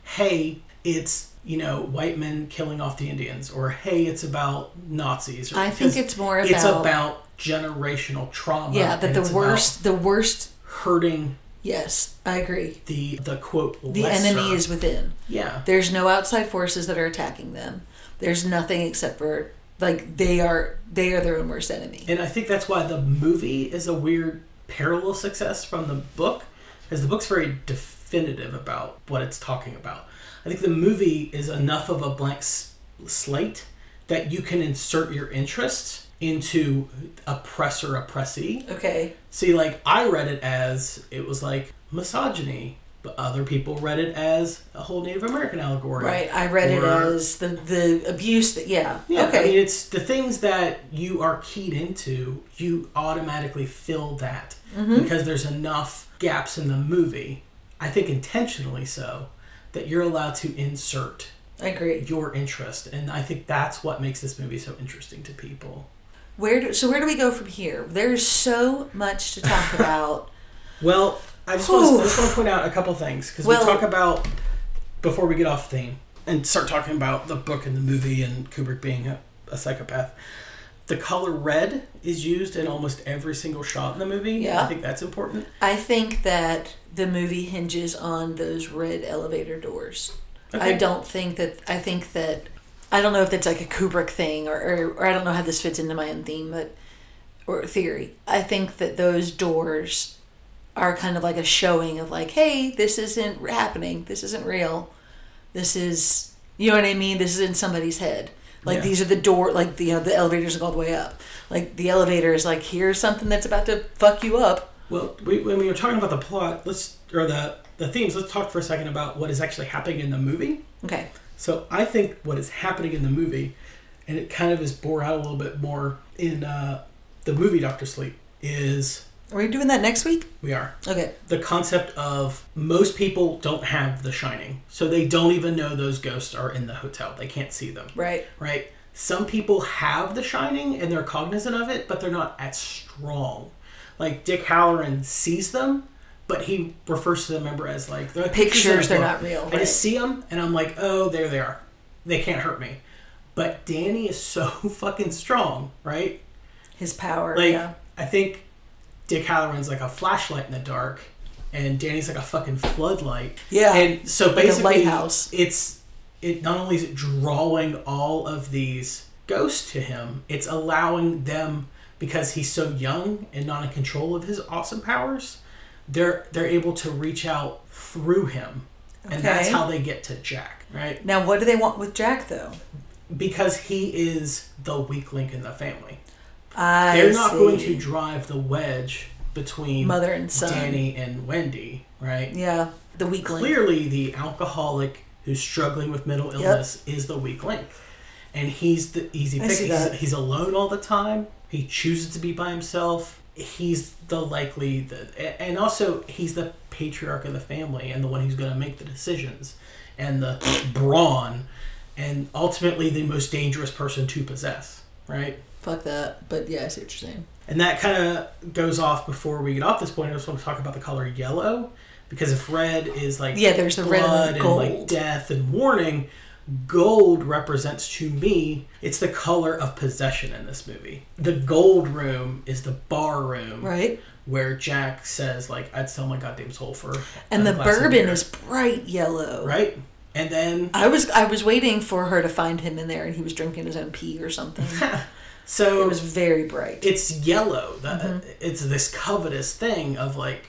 [SPEAKER 1] "Hey, it's you know white men killing off the Indians," or "Hey, it's about Nazis." Or,
[SPEAKER 2] I think
[SPEAKER 1] because
[SPEAKER 2] it's more
[SPEAKER 1] it's
[SPEAKER 2] about-
[SPEAKER 1] about generational trauma.
[SPEAKER 2] yeah, that
[SPEAKER 1] and
[SPEAKER 2] the
[SPEAKER 1] it's about
[SPEAKER 2] worst, the worst.
[SPEAKER 1] hurting
[SPEAKER 2] Yes, I agree.
[SPEAKER 1] the the quote
[SPEAKER 2] The enemy is within.
[SPEAKER 1] yeah
[SPEAKER 2] There's no outside forces that are attacking them. There's nothing except for like they are they are their own worst enemy.
[SPEAKER 1] And I think that's why the movie is a weird parallel success from the book, because the book's very definitive about what it's talking about. I think the movie is enough of a blank s- slate that you can insert your interest into oppressor oppressee.
[SPEAKER 2] Okay.
[SPEAKER 1] See, like, I read it as it was like misogyny, but other people read it as a whole Native American allegory.
[SPEAKER 2] Right. I read it
[SPEAKER 1] Or-
[SPEAKER 2] as the the abuse that yeah.
[SPEAKER 1] yeah, I mean,
[SPEAKER 2] okay.
[SPEAKER 1] it's the things that you are keyed into, you automatically fill that because there's enough gaps in the movie, I think intentionally so, that you're allowed to insert
[SPEAKER 2] I agree.
[SPEAKER 1] your interest. And I think that's what makes this movie so interesting to people.
[SPEAKER 2] Where do, so where do we go from here? There's so much to talk about.
[SPEAKER 1] Well, I just want to, I just want to point out a couple things because
[SPEAKER 2] Well-
[SPEAKER 1] we talk about before we get off theme and start talking about the book and the movie and Kubrick being a, a psychopath. The color red is used in almost every single shot in the movie.
[SPEAKER 2] Yeah.
[SPEAKER 1] I think that's important.
[SPEAKER 2] I think that the movie hinges on those red elevator doors. I
[SPEAKER 1] Okay.
[SPEAKER 2] don't think that I think that I don't know if that's like a Kubrick thing or, or, or I don't know how this fits into my own theme but or theory. I think that those doors are kind of like a showing of like, hey, this isn't happening. This isn't real. This is you know what I mean? This is in somebody's head. Like
[SPEAKER 1] Yeah.
[SPEAKER 2] these are the door like the you know, the elevators go all the way up. Like the elevator is like here's something that's about to fuck you up.
[SPEAKER 1] Well, we, when we were talking about the plot, let's or the the themes. Let's talk for a second about what is actually happening in the movie.
[SPEAKER 2] Okay.
[SPEAKER 1] So I think what is happening in the movie, and it kind of is bore out a little bit more in uh, the movie Doctor Sleep, is
[SPEAKER 2] Are we doing that next week?
[SPEAKER 1] we are
[SPEAKER 2] Okay.
[SPEAKER 1] the concept of most people don't have The Shining, so they don't even know those ghosts are in the hotel. They can't see them.
[SPEAKER 2] Right.
[SPEAKER 1] Right. Some people have The Shining and they're cognizant of it, but they're not as strong. Like Dick Halloran sees them, but he refers to them, remember, as like they're like
[SPEAKER 2] Pictures,
[SPEAKER 1] in
[SPEAKER 2] they're
[SPEAKER 1] a
[SPEAKER 2] not
[SPEAKER 1] book.
[SPEAKER 2] real,
[SPEAKER 1] I
[SPEAKER 2] right.
[SPEAKER 1] just see them and I'm like, oh, there they are. They can't hurt me. But Danny is so fucking strong, right?
[SPEAKER 2] His power.
[SPEAKER 1] Like
[SPEAKER 2] yeah.
[SPEAKER 1] I think Dick Halloran's like a flashlight in the dark, and Danny's like a fucking floodlight.
[SPEAKER 2] Yeah.
[SPEAKER 1] And so
[SPEAKER 2] a
[SPEAKER 1] basically,
[SPEAKER 2] lighthouse.
[SPEAKER 1] It's it not only is it drawing all of these ghosts to him, it's allowing them because he's so young and not in control of his awesome powers. They're they're able to reach out through him, and that's
[SPEAKER 2] Okay.
[SPEAKER 1] how they get to Jack, right?
[SPEAKER 2] Now, what do they want with Jack though?
[SPEAKER 1] Because he is the weak link in the family.
[SPEAKER 2] I
[SPEAKER 1] They're not
[SPEAKER 2] see.
[SPEAKER 1] going to drive the wedge between
[SPEAKER 2] Mother and son.
[SPEAKER 1] Danny and Wendy, right?
[SPEAKER 2] Yeah, the weak link.
[SPEAKER 1] Clearly, the alcoholic who's struggling with mental illness is the weak link, and he's the easy
[SPEAKER 2] I
[SPEAKER 1] pick.
[SPEAKER 2] see
[SPEAKER 1] He's,
[SPEAKER 2] that.
[SPEAKER 1] he's alone all the time. He chooses to be by himself. He's the likely the, and also he's the patriarch of the family and the one who's going to make the decisions, and the brawn, and ultimately the most dangerous person to possess, right?
[SPEAKER 2] Fuck that. But yeah, I see what you're saying.
[SPEAKER 1] And that kind of goes off before we get off this point. I just want to talk about the color yellow because if red is like
[SPEAKER 2] Yeah, there's the red and
[SPEAKER 1] blood
[SPEAKER 2] the
[SPEAKER 1] like
[SPEAKER 2] gold.
[SPEAKER 1] death and warning, gold represents to me it's the color of possession in this movie. The gold room is the bar room,
[SPEAKER 2] Right.
[SPEAKER 1] Where Jack says like I'd sell my goddamn soul for
[SPEAKER 2] And
[SPEAKER 1] a
[SPEAKER 2] the
[SPEAKER 1] glass of
[SPEAKER 2] bourbon
[SPEAKER 1] beer,"
[SPEAKER 2] is bright yellow.
[SPEAKER 1] right, and then
[SPEAKER 2] I was I was waiting for her to find him in there, and he was drinking his own pee or something.
[SPEAKER 1] so
[SPEAKER 2] it was very bright.
[SPEAKER 1] it's yellow. The, It's this covetous thing of like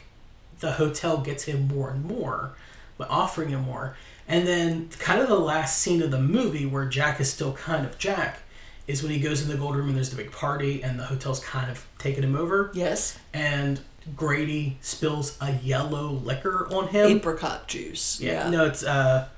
[SPEAKER 1] the hotel gets him more and more, but offering him more. And then, kind of the last scene of the movie where Jack is still kind of Jack is when he goes in the gold room and there's the big party and the hotel's kind of taking him over.
[SPEAKER 2] yes,
[SPEAKER 1] And Grady spills a yellow liquor on him.
[SPEAKER 2] apricot juice.
[SPEAKER 1] Um, Yeah. No, it's uh,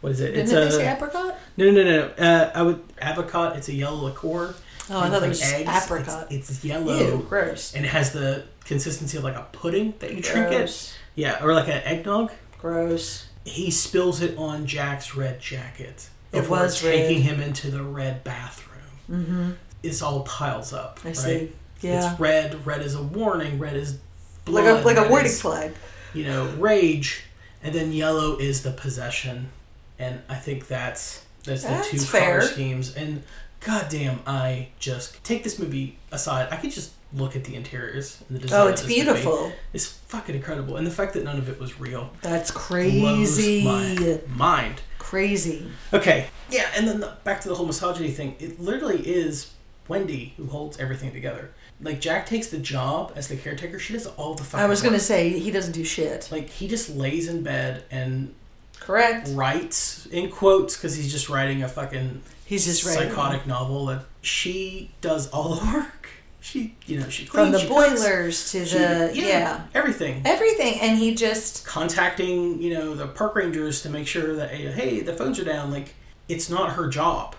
[SPEAKER 1] what is it?
[SPEAKER 2] Didn't
[SPEAKER 1] It's
[SPEAKER 2] they
[SPEAKER 1] a
[SPEAKER 2] say apricot?
[SPEAKER 1] no, no, no, no. Uh, I would avocado. It's a yellow liqueur.
[SPEAKER 2] Oh, I
[SPEAKER 1] And
[SPEAKER 2] thought it
[SPEAKER 1] with,
[SPEAKER 2] was
[SPEAKER 1] like,
[SPEAKER 2] just
[SPEAKER 1] eggs.
[SPEAKER 2] apricot.
[SPEAKER 1] It's, it's yellow
[SPEAKER 2] Ew, gross.
[SPEAKER 1] and it has the consistency of like a pudding that you drink it.
[SPEAKER 2] Gross.
[SPEAKER 1] Yeah, or like an eggnog.
[SPEAKER 2] Gross.
[SPEAKER 1] He spills it on Jack's red jacket.
[SPEAKER 2] It
[SPEAKER 1] If we're
[SPEAKER 2] was
[SPEAKER 1] taking him into the red bathroom, mm-hmm. this all piles up.
[SPEAKER 2] I
[SPEAKER 1] right?
[SPEAKER 2] see. Yeah.
[SPEAKER 1] It's red. Red is a warning. Red is blood.
[SPEAKER 2] Like a like a
[SPEAKER 1] red
[SPEAKER 2] warning
[SPEAKER 1] is,
[SPEAKER 2] flag.
[SPEAKER 1] You know, rage, and then yellow is the possession, and I think that's that's the
[SPEAKER 2] That's
[SPEAKER 1] two
[SPEAKER 2] fair.
[SPEAKER 1] color schemes. And goddamn, I just take this movie aside. I could just look at the interiors and the design.
[SPEAKER 2] Oh,
[SPEAKER 1] of
[SPEAKER 2] it's
[SPEAKER 1] this movie.
[SPEAKER 2] beautiful.
[SPEAKER 1] It's fucking incredible, and the fact that none of it was real
[SPEAKER 2] That's
[SPEAKER 1] blows
[SPEAKER 2] crazy.
[SPEAKER 1] my mind.
[SPEAKER 2] Crazy.
[SPEAKER 1] Okay. Yeah, and then the, back to the whole misogyny thing. It literally is Wendy who holds everything together. Like Jack takes the job as the caretaker. She does all the fucking.
[SPEAKER 2] I was gonna
[SPEAKER 1] work.
[SPEAKER 2] say he doesn't do shit.
[SPEAKER 1] like he just lays in bed and
[SPEAKER 2] Correct.
[SPEAKER 1] writes in quotes because he's just writing a fucking
[SPEAKER 2] He's just writing.
[SPEAKER 1] psychotic novel that she does all the work. She, you know, she cleans
[SPEAKER 2] from the
[SPEAKER 1] she cooks,
[SPEAKER 2] boilers to
[SPEAKER 1] she-
[SPEAKER 2] the yeah.
[SPEAKER 1] everything.
[SPEAKER 2] everything and he just
[SPEAKER 1] Contacting you know the park rangers to make sure that hey, hey, the phones are down. Like it's not her job,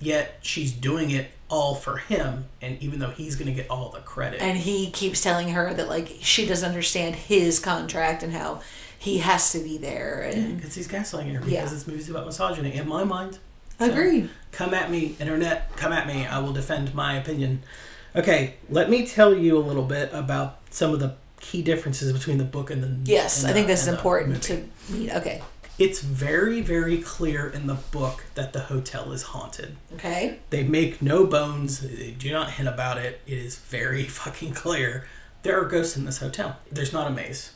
[SPEAKER 1] yet she's doing it all for him. And even though he's gonna get all the credit,
[SPEAKER 2] and he keeps telling her that like she doesn't understand his contract and how he has to be there and
[SPEAKER 1] because he's gaslighting her because
[SPEAKER 2] Yeah.
[SPEAKER 1] this movie's about misogyny. In my mind,
[SPEAKER 2] agreed
[SPEAKER 1] come at me, internet, come at me. I will defend my opinion. Okay, let me tell you a little bit about some of the key differences between the book and the
[SPEAKER 2] Yes,
[SPEAKER 1] and
[SPEAKER 2] I think
[SPEAKER 1] the-
[SPEAKER 2] this is
[SPEAKER 1] and the
[SPEAKER 2] important
[SPEAKER 1] movie.
[SPEAKER 2] to me. Okay.
[SPEAKER 1] It's very very clear in the book that the hotel is haunted.
[SPEAKER 2] Okay.
[SPEAKER 1] They make no bones. They do not hint about it. It is very fucking clear. There are ghosts in this hotel. There's not a maze.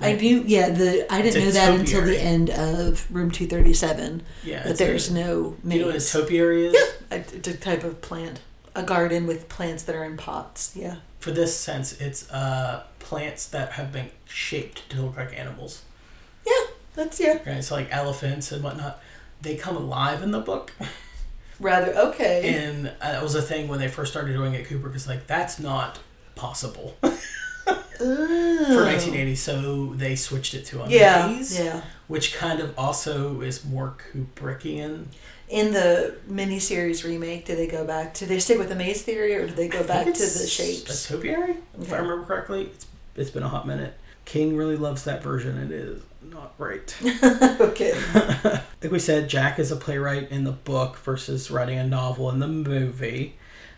[SPEAKER 2] I do. Yeah. The I didn't know
[SPEAKER 1] It's
[SPEAKER 2] that until the
[SPEAKER 1] topiary.
[SPEAKER 2] end of room two thirty seven.
[SPEAKER 1] Yeah,
[SPEAKER 2] That
[SPEAKER 1] it's
[SPEAKER 2] there's
[SPEAKER 1] a-
[SPEAKER 2] no
[SPEAKER 1] You know what a
[SPEAKER 2] maze.
[SPEAKER 1] topiary is?
[SPEAKER 2] I- It's a type of plant. A garden with plants that are in pots. Yeah.
[SPEAKER 1] For this sense, it's uh, plants that have been shaped to look like animals.
[SPEAKER 2] Yeah. That's yeah.
[SPEAKER 1] Right? So like elephants and whatnot. They come alive in the book.
[SPEAKER 2] Rather okay.
[SPEAKER 1] And uh, that was a thing when they first started doing it. Cooper was like, that's not possible for 1980. So they switched it to a
[SPEAKER 2] Yeah,
[SPEAKER 1] maze,
[SPEAKER 2] yeah.
[SPEAKER 1] which kind of also is more Kubrickian.
[SPEAKER 2] In the miniseries remake, do they go back? Do they stick with the maze theory, or do they go back to the
[SPEAKER 1] That's
[SPEAKER 2] shapes?
[SPEAKER 1] topiary, if
[SPEAKER 2] Okay.
[SPEAKER 1] I remember correctly. It's it's been a hot minute. King really loves that version. It is not great.
[SPEAKER 2] okay.
[SPEAKER 1] like we said, Jack is a playwright in the book versus writing a novel in the movie.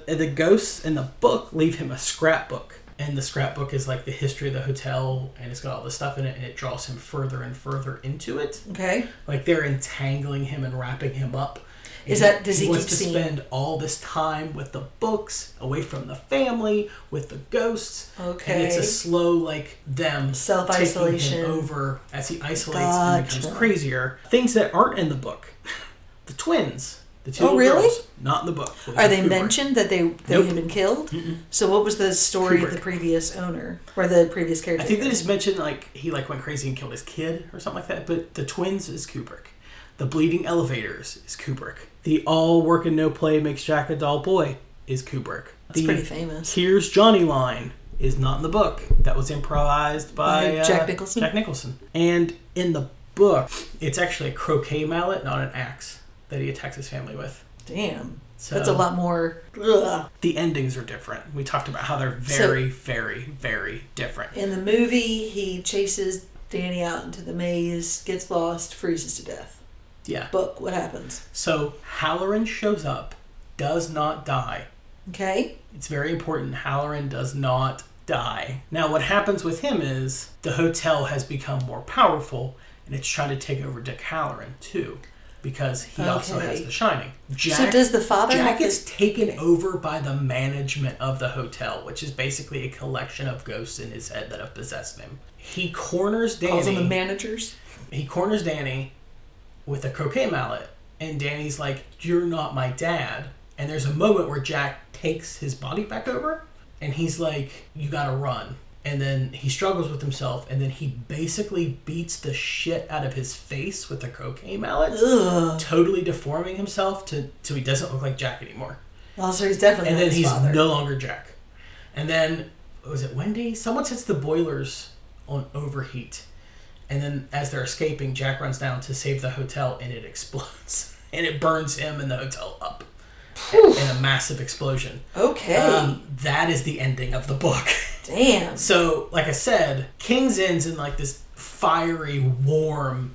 [SPEAKER 1] And the ghosts in the book leave him a scrapbook. And the scrapbook is like the history of the hotel, and it's got all this stuff in it, and it draws him further and further into it.
[SPEAKER 2] Okay.
[SPEAKER 1] Like they're entangling him and wrapping him up.
[SPEAKER 2] Is
[SPEAKER 1] And
[SPEAKER 2] that- does he
[SPEAKER 1] wants
[SPEAKER 2] keep
[SPEAKER 1] to
[SPEAKER 2] seeing-
[SPEAKER 1] spend all this time with the books, away from the family, with the ghosts? And it's
[SPEAKER 2] Okay.
[SPEAKER 1] a slow like them
[SPEAKER 2] Self-isolation.
[SPEAKER 1] taking him over as he isolates and becomes
[SPEAKER 2] Gotcha.
[SPEAKER 1] crazier. Things that aren't in the book. The twins, the two
[SPEAKER 2] Oh,
[SPEAKER 1] little
[SPEAKER 2] really?
[SPEAKER 1] girls, not in the book.
[SPEAKER 2] Are they
[SPEAKER 1] Kubrick.
[SPEAKER 2] mentioned that they they
[SPEAKER 1] Nope.
[SPEAKER 2] had been killed? So what was the story of the
[SPEAKER 1] Kubrick.
[SPEAKER 2] previous owner or the previous
[SPEAKER 1] I
[SPEAKER 2] character?
[SPEAKER 1] think they just mentioned like he like went crazy and killed his kid or something like that. But the twins is Kubrick. The bleeding elevators is Kubrick. The all work and no play makes Jack a dull boy is Kubrick. That's
[SPEAKER 2] pretty famous.
[SPEAKER 1] Here's Johnny line is not in the book. That was improvised by,
[SPEAKER 2] By
[SPEAKER 1] uh,
[SPEAKER 2] Jack Nicholson?
[SPEAKER 1] Jack Nicholson. And in the book, it's actually a croquet mallet, not an axe, that he attacks his family with.
[SPEAKER 2] Damn.
[SPEAKER 1] So-
[SPEAKER 2] That's a lot more. Ugh.
[SPEAKER 1] The endings are different. We talked about how they're very, very, very different.
[SPEAKER 2] In the movie, he chases Danny out into the maze, gets lost, freezes to death.
[SPEAKER 1] Yeah.
[SPEAKER 2] Book, what happens?
[SPEAKER 1] So Halloran shows up, does not die.
[SPEAKER 2] Okay.
[SPEAKER 1] It's very important. Halloran does not die. Now, what happens with him is the hotel has become more powerful and it's trying to take over Dick Halloran too because he also
[SPEAKER 2] Okay.
[SPEAKER 1] has the shining. Jack,
[SPEAKER 2] so does the father
[SPEAKER 1] Jack
[SPEAKER 2] have
[SPEAKER 1] gets
[SPEAKER 2] to-
[SPEAKER 1] taken over by the management of the hotel, which is basically a collection of ghosts in his head that have possessed him. He corners Danny
[SPEAKER 2] calls on the managers?
[SPEAKER 1] he corners Danny with a croquet mallet, and Danny's like, "You're not my dad." And there's a moment where Jack takes his body back over, and he's like, "You gotta run." And then he struggles with himself, and then he basically beats the shit out of his face with a croquet mallet, totally deforming himself to so he doesn't look like Jack anymore.
[SPEAKER 2] Well, so he's definitely
[SPEAKER 1] And
[SPEAKER 2] not
[SPEAKER 1] then
[SPEAKER 2] his
[SPEAKER 1] he's
[SPEAKER 2] father.
[SPEAKER 1] no longer Jack. And then was it Wendy? Someone sets the boilers on overheat. And then as they're escaping, Jack runs down to save the hotel and it explodes. And it burns him and the hotel up in a massive explosion.
[SPEAKER 2] Okay.
[SPEAKER 1] Um, that is the ending of the book.
[SPEAKER 2] Damn.
[SPEAKER 1] So, like I said, King's ends in like this fiery, warm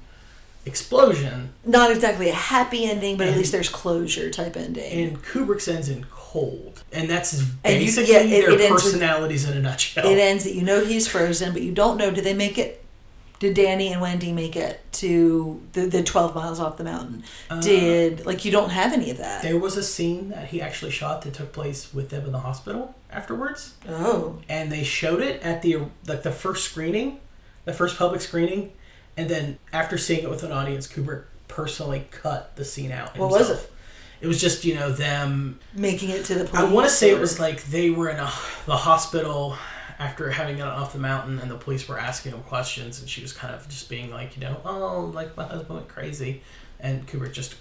[SPEAKER 1] explosion,
[SPEAKER 2] Not exactly a happy ending, but at least there's closure type ending.
[SPEAKER 1] and Kubrick's ends in cold. And that's
[SPEAKER 2] And you- yeah,
[SPEAKER 1] basically
[SPEAKER 2] it-
[SPEAKER 1] their
[SPEAKER 2] it ends with-
[SPEAKER 1] personalities in a nutshell.
[SPEAKER 2] it ends that you know he's frozen, but you don't know. Did they make it? Did Danny and Wendy make it to the, the 12 miles off the mountain?
[SPEAKER 1] Uh,
[SPEAKER 2] did, like, you don't have any of that.
[SPEAKER 1] There was a scene that he actually shot that took place with them in the hospital afterwards,
[SPEAKER 2] oh.
[SPEAKER 1] and they showed it at the like the first screening, the first public screening, and then after seeing it with an audience, Kubrick personally cut the scene out.
[SPEAKER 2] What was
[SPEAKER 1] himself. It was just you know them.
[SPEAKER 2] Making it to the police.
[SPEAKER 1] I want to say
[SPEAKER 2] or-
[SPEAKER 1] it was like they were in a, the hospital after having gotten off the mountain, and the police were asking him questions, and she was kind of just being like, you know, oh, like my husband went crazy, and Kubrick just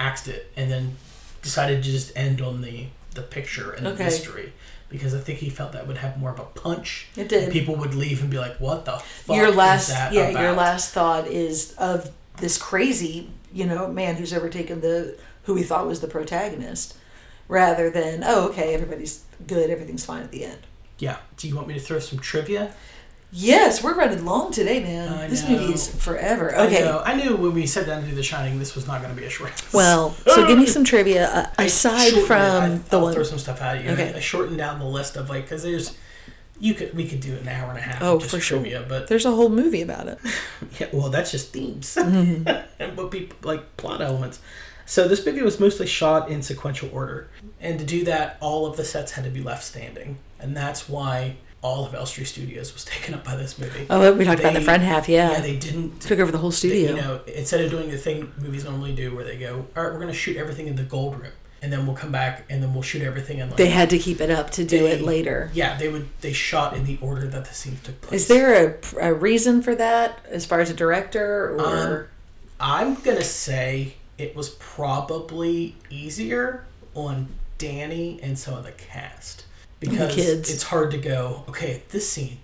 [SPEAKER 1] axed it, and then decided to just end on the the picture and
[SPEAKER 2] Okay.
[SPEAKER 1] the mystery because I think he felt that would have more of a punch.
[SPEAKER 2] It did.
[SPEAKER 1] And people would leave and be like, what the fuck?
[SPEAKER 2] your last
[SPEAKER 1] is that
[SPEAKER 2] yeah your
[SPEAKER 1] about?
[SPEAKER 2] last thought is of this crazy you know man who's overtaken the who we thought was the protagonist rather than oh okay everybody's good everything's fine at the end
[SPEAKER 1] Yeah. Do you want me to throw some trivia?
[SPEAKER 2] Yes, we're running long today, man.
[SPEAKER 1] I
[SPEAKER 2] this
[SPEAKER 1] know.
[SPEAKER 2] movie is forever.
[SPEAKER 1] I,
[SPEAKER 2] Okay.
[SPEAKER 1] know- I knew when we sat down to do The Shining, this was not going to be a short.
[SPEAKER 2] Well, so give me some trivia uh, aside
[SPEAKER 1] shortened it.
[SPEAKER 2] from
[SPEAKER 1] I,
[SPEAKER 2] the
[SPEAKER 1] I'll
[SPEAKER 2] one.
[SPEAKER 1] throw some stuff out at you.
[SPEAKER 2] Okay.
[SPEAKER 1] I shortened down the list of like because there's you could we could do an hour and a half.
[SPEAKER 2] Oh,
[SPEAKER 1] of just
[SPEAKER 2] for sure.
[SPEAKER 1] trivia, But
[SPEAKER 2] There's a whole movie about it.
[SPEAKER 1] yeah, well, that's just themes
[SPEAKER 2] Mm-hmm.
[SPEAKER 1] and what people like plot elements. So this movie was mostly shot in sequential order, and to do that, all of the sets had to be left standing, and that's why all of Elstree Studios was taken up by this movie.
[SPEAKER 2] Oh, we talked about the
[SPEAKER 1] They-
[SPEAKER 2] front half. Yeah.
[SPEAKER 1] Yeah, they didn't
[SPEAKER 2] took over the whole
[SPEAKER 1] they-
[SPEAKER 2] studio.
[SPEAKER 1] you know, instead of doing the thing movies normally do, where they go, all right, we're gonna shoot everything in the gold room, and then we'll come back, and then we'll shoot everything in. Like,
[SPEAKER 2] they had to keep it up to do
[SPEAKER 1] they-
[SPEAKER 2] it later.
[SPEAKER 1] Yeah, they would. They shot in the order that the scenes took place.
[SPEAKER 2] Is there a, a reason for that as far as a director
[SPEAKER 1] Um,
[SPEAKER 2] or
[SPEAKER 1] I'm gonna say it was probably easier on Danny and some of the cast because
[SPEAKER 2] kids.
[SPEAKER 1] it's hard to go. Okay, at this scene,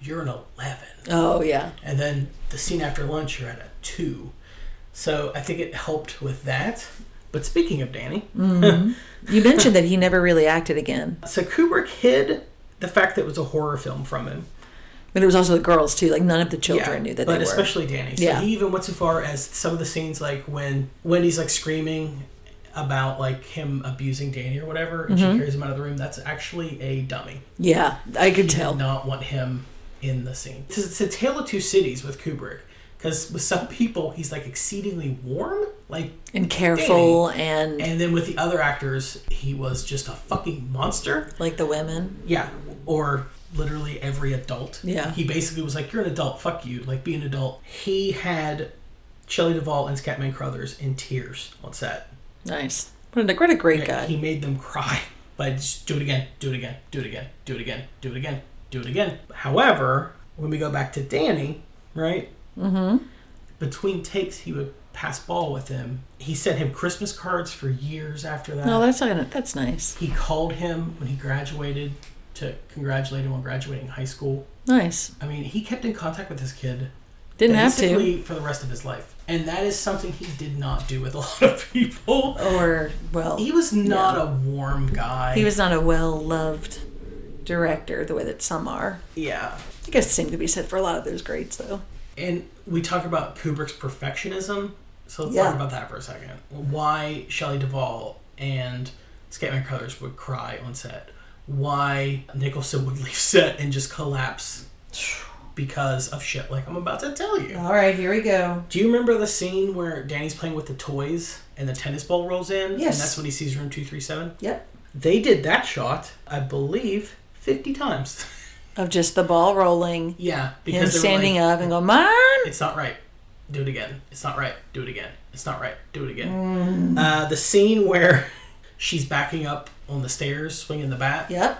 [SPEAKER 1] you're an eleven.
[SPEAKER 2] oh yeah
[SPEAKER 1] and then the scene after lunch you're at a two so i think it helped with that but speaking of danny
[SPEAKER 2] Mm. you mentioned that he never really acted again
[SPEAKER 1] so kubrick hid the fact that it was a horror film from him
[SPEAKER 2] but it was also the girls too like none of the children knew that
[SPEAKER 1] but
[SPEAKER 2] they were
[SPEAKER 1] especially danny so
[SPEAKER 2] Yeah.
[SPEAKER 1] he even went so far as some of the scenes like when when he's like screaming about like him abusing danny or whatever and
[SPEAKER 2] Mm-hmm.
[SPEAKER 1] she carries him out of the room that's actually a dummy
[SPEAKER 2] yeah I could
[SPEAKER 1] did
[SPEAKER 2] tell
[SPEAKER 1] not want him in the scene. It's, it's a tale of two cities with Kubrick. Because with some people, he's like exceedingly warm, like
[SPEAKER 2] and careful and,
[SPEAKER 1] And then with the other actors, he was just a fucking monster.
[SPEAKER 2] like the women
[SPEAKER 1] Yeah. Or literally every adult.
[SPEAKER 2] Yeah.
[SPEAKER 1] He basically was like, You're an adult, fuck you. Like, be an adult. He had Shelley Duvall and Scatman Crothers in tears on set.
[SPEAKER 2] nice what a, what a great guy
[SPEAKER 1] He made them cry by just do it again, do it again, do it again, do it again, do it again, do it again. However, when we go back to Danny, right? Mm-hmm. Between takes, he would pass ball with him. He sent him Christmas cards for years after that.
[SPEAKER 2] no Oh, that's not gonna, that's nice
[SPEAKER 1] He called him when he graduated to congratulate him on graduating high school.
[SPEAKER 2] nice
[SPEAKER 1] I mean, he kept in contact with his kid
[SPEAKER 2] didn't have to
[SPEAKER 1] basically for the rest of his life. And that is something he did not do with a lot of people.
[SPEAKER 2] or well
[SPEAKER 1] He
[SPEAKER 2] he,
[SPEAKER 1] was not a warm guy.
[SPEAKER 2] was not a well loved director the way that some are
[SPEAKER 1] yeah.
[SPEAKER 2] I guess the same could be said for a lot of those greats though
[SPEAKER 1] And we talk about Kubrick's perfectionism. So let's
[SPEAKER 2] Yeah.
[SPEAKER 1] talk about that for a second. Why Shelley Duvall and Scatman Crothers would cry on set. Why Nicholson would leave set and just collapse because of shit like I'm about to tell you.
[SPEAKER 2] all right here we go
[SPEAKER 1] Do you remember the scene where Danny's playing with the toys and the tennis ball rolls in?
[SPEAKER 2] Yes.
[SPEAKER 1] And that's when he sees room 237?
[SPEAKER 2] yep
[SPEAKER 1] They did that shot, I believe, 50 times.
[SPEAKER 2] of just the ball rolling
[SPEAKER 1] yeah.
[SPEAKER 2] him
[SPEAKER 1] they were
[SPEAKER 2] standing
[SPEAKER 1] like,
[SPEAKER 2] up and going, "Mom!"
[SPEAKER 1] It's not right. Do it again. It's not right. Do it again. It's not right. Do it again. Uh, the scene where she's backing up on the stairs, swinging the bat,
[SPEAKER 2] Yep.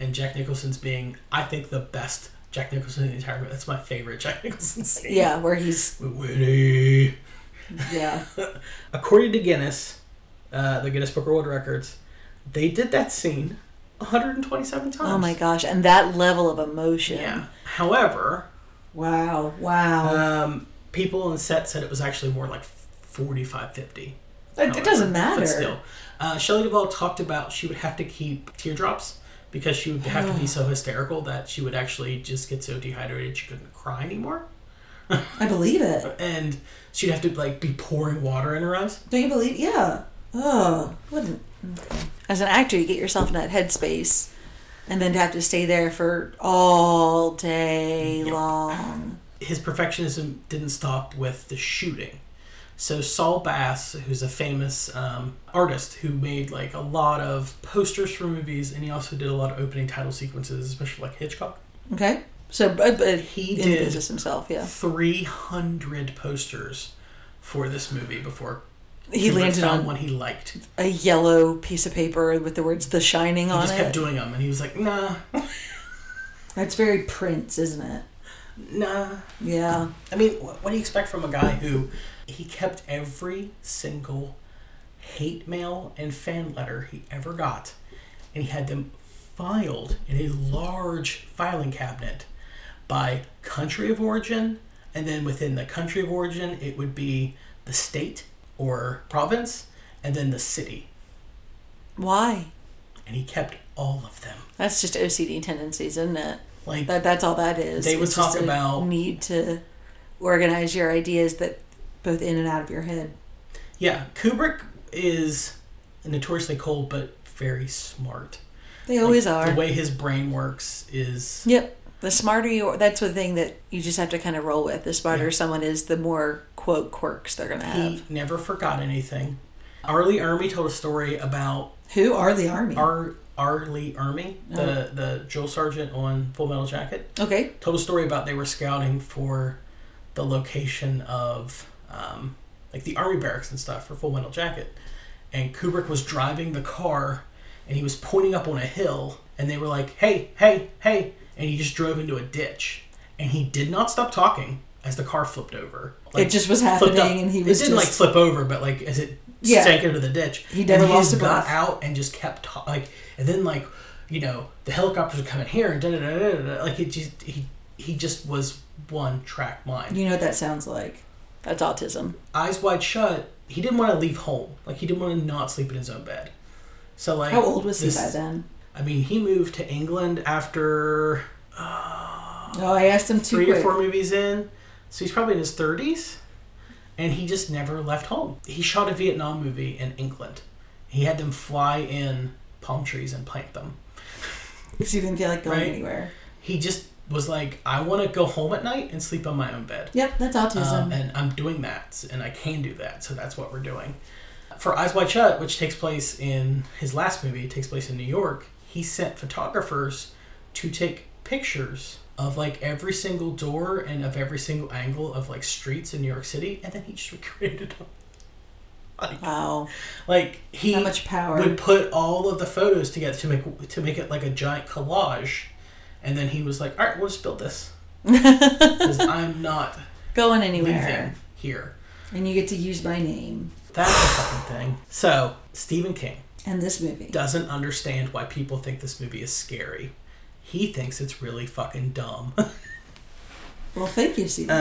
[SPEAKER 1] and Jack Nicholson's being, I think, the best Jack Nicholson in the entire movie. That's my favorite Jack Nicholson scene.
[SPEAKER 2] Yeah, where he's
[SPEAKER 1] Winnie.
[SPEAKER 2] yeah.
[SPEAKER 1] According to Guinness, uh, the Guinness Book of World Records, they did that scene 127 times.
[SPEAKER 2] Oh my gosh, and that level of emotion.
[SPEAKER 1] Yeah. However,
[SPEAKER 2] Wow. Wow.
[SPEAKER 1] um, people on set said it was actually more like 45, 50.
[SPEAKER 2] it, it doesn't matter.
[SPEAKER 1] But still, uh, Shelley Duvall talked about she would have to keep teardrops because she would have to be so hysterical that she would actually just get so dehydrated she couldn't cry anymore,
[SPEAKER 2] I believe it.
[SPEAKER 1] and she'd have to like be pouring water in her eyes.
[SPEAKER 2] Don't you believe? Yeah. Oh, wouldn't. As an actor, you get yourself in that headspace, and then to have to stay there for all day long.
[SPEAKER 1] His perfectionism didn't stop with the shooting. So Saul Bass, who's a famous um, artist who made like a lot of posters for movies, and he also did a lot of opening title sequences, especially like Hitchcock.
[SPEAKER 2] Okay. So, but, but
[SPEAKER 1] He
[SPEAKER 2] in
[SPEAKER 1] did.
[SPEAKER 2] business himself. Yeah.
[SPEAKER 1] 300 posters for this movie before
[SPEAKER 2] He
[SPEAKER 1] Kubrick
[SPEAKER 2] landed
[SPEAKER 1] found
[SPEAKER 2] on
[SPEAKER 1] one he liked. He
[SPEAKER 2] a yellow piece of paper with the words "The Shining" on
[SPEAKER 1] just
[SPEAKER 2] it.
[SPEAKER 1] kept doing them, and he was like, "Nah,
[SPEAKER 2] That's very Prince, isn't it?
[SPEAKER 1] nah."
[SPEAKER 2] Yeah.
[SPEAKER 1] I mean, what, what do you expect from a guy who he kept every single hate mail and fan letter he ever got, and he had them filed in a large filing cabinet by country of origin, and then within the country of origin, it would be the state or province, and then the city,
[SPEAKER 2] Why?
[SPEAKER 1] and he kept all of them.
[SPEAKER 2] That's just OCD tendencies, isn't it?
[SPEAKER 1] Like
[SPEAKER 2] That that's all that is.
[SPEAKER 1] They would
[SPEAKER 2] It's just
[SPEAKER 1] talk
[SPEAKER 2] a
[SPEAKER 1] about-
[SPEAKER 2] need to organize your ideas that both in and out of your head.
[SPEAKER 1] yeah, Kubrick is notoriously cold but very smart.
[SPEAKER 2] They always
[SPEAKER 1] Like,
[SPEAKER 2] are.
[SPEAKER 1] The way his brain works is
[SPEAKER 2] Yep. The smarter you are, that's the thing that you just have to kind of roll with. The smarter someone is, the more quote quirks they're going to have.
[SPEAKER 1] he never forgot anything. Arlie Ermy told a story about
[SPEAKER 2] Who are the army?
[SPEAKER 1] Ar R. Lee Ermey, the the drill sergeant on Full Metal Jacket,
[SPEAKER 2] okay.
[SPEAKER 1] told a story about they were scouting for the location of um, like the army barracks and stuff for Full Metal Jacket, and Kubrick was driving the car, and he was pointing up on a hill, and they were like, "Hey, hey, hey!" and he just drove into a ditch, and he did not stop talking as the car flipped over. Like,
[SPEAKER 2] It just was
[SPEAKER 1] flipped up.
[SPEAKER 2] happening and he was
[SPEAKER 1] it didn't like
[SPEAKER 2] just-
[SPEAKER 1] flip over, but like as it
[SPEAKER 2] Yeah.
[SPEAKER 1] sank into the ditch,
[SPEAKER 2] He never
[SPEAKER 1] and
[SPEAKER 2] lost
[SPEAKER 1] just
[SPEAKER 2] a
[SPEAKER 1] got
[SPEAKER 2] breath.
[SPEAKER 1] out and just kept ta- like, and then like you know the helicopters are coming here and da da da da da. Like it just he he just was one track mind.
[SPEAKER 2] You know what that sounds like. That's autism.
[SPEAKER 1] Eyes wide shut. He didn't want to leave home. Like he didn't want to not sleep in his own bed. So like
[SPEAKER 2] How old was
[SPEAKER 1] this-
[SPEAKER 2] he by then?
[SPEAKER 1] I mean, he moved to England after
[SPEAKER 2] Oh, I asked him too
[SPEAKER 1] three
[SPEAKER 2] quick.
[SPEAKER 1] or four movies in, so he's probably in his thirties, and he just never left home. He shot a Vietnam movie in England. He had them fly in palm trees and plant them.
[SPEAKER 2] Because he didn't feel like going
[SPEAKER 1] Right.
[SPEAKER 2] anywhere.
[SPEAKER 1] He just was like, I want to go home at night and sleep on my own bed.
[SPEAKER 2] Yep, that's autism.
[SPEAKER 1] Um, and I'm doing that, and I can do that, so that's what we're doing. For Eyes Wide Shut, which takes place in his last movie, it takes place in New York, he sent photographers to take pictures of like every single door and of every single angle of like streets in New York City, and then he just recreated them.
[SPEAKER 2] wow.
[SPEAKER 1] Like he
[SPEAKER 2] How much power.
[SPEAKER 1] would put all of the photos together to make to make it like a giant collage, and then he was like, "All right, we'll just build this because I'm not
[SPEAKER 2] Going
[SPEAKER 1] leaving
[SPEAKER 2] anywhere.
[SPEAKER 1] here."
[SPEAKER 2] And you get to use my name
[SPEAKER 1] That's the fucking thing. So, Stephen King
[SPEAKER 2] and this movie.
[SPEAKER 1] doesn't understand why people think this movie is scary. He thinks it's really fucking dumb.
[SPEAKER 2] Well, thank you, Stephen.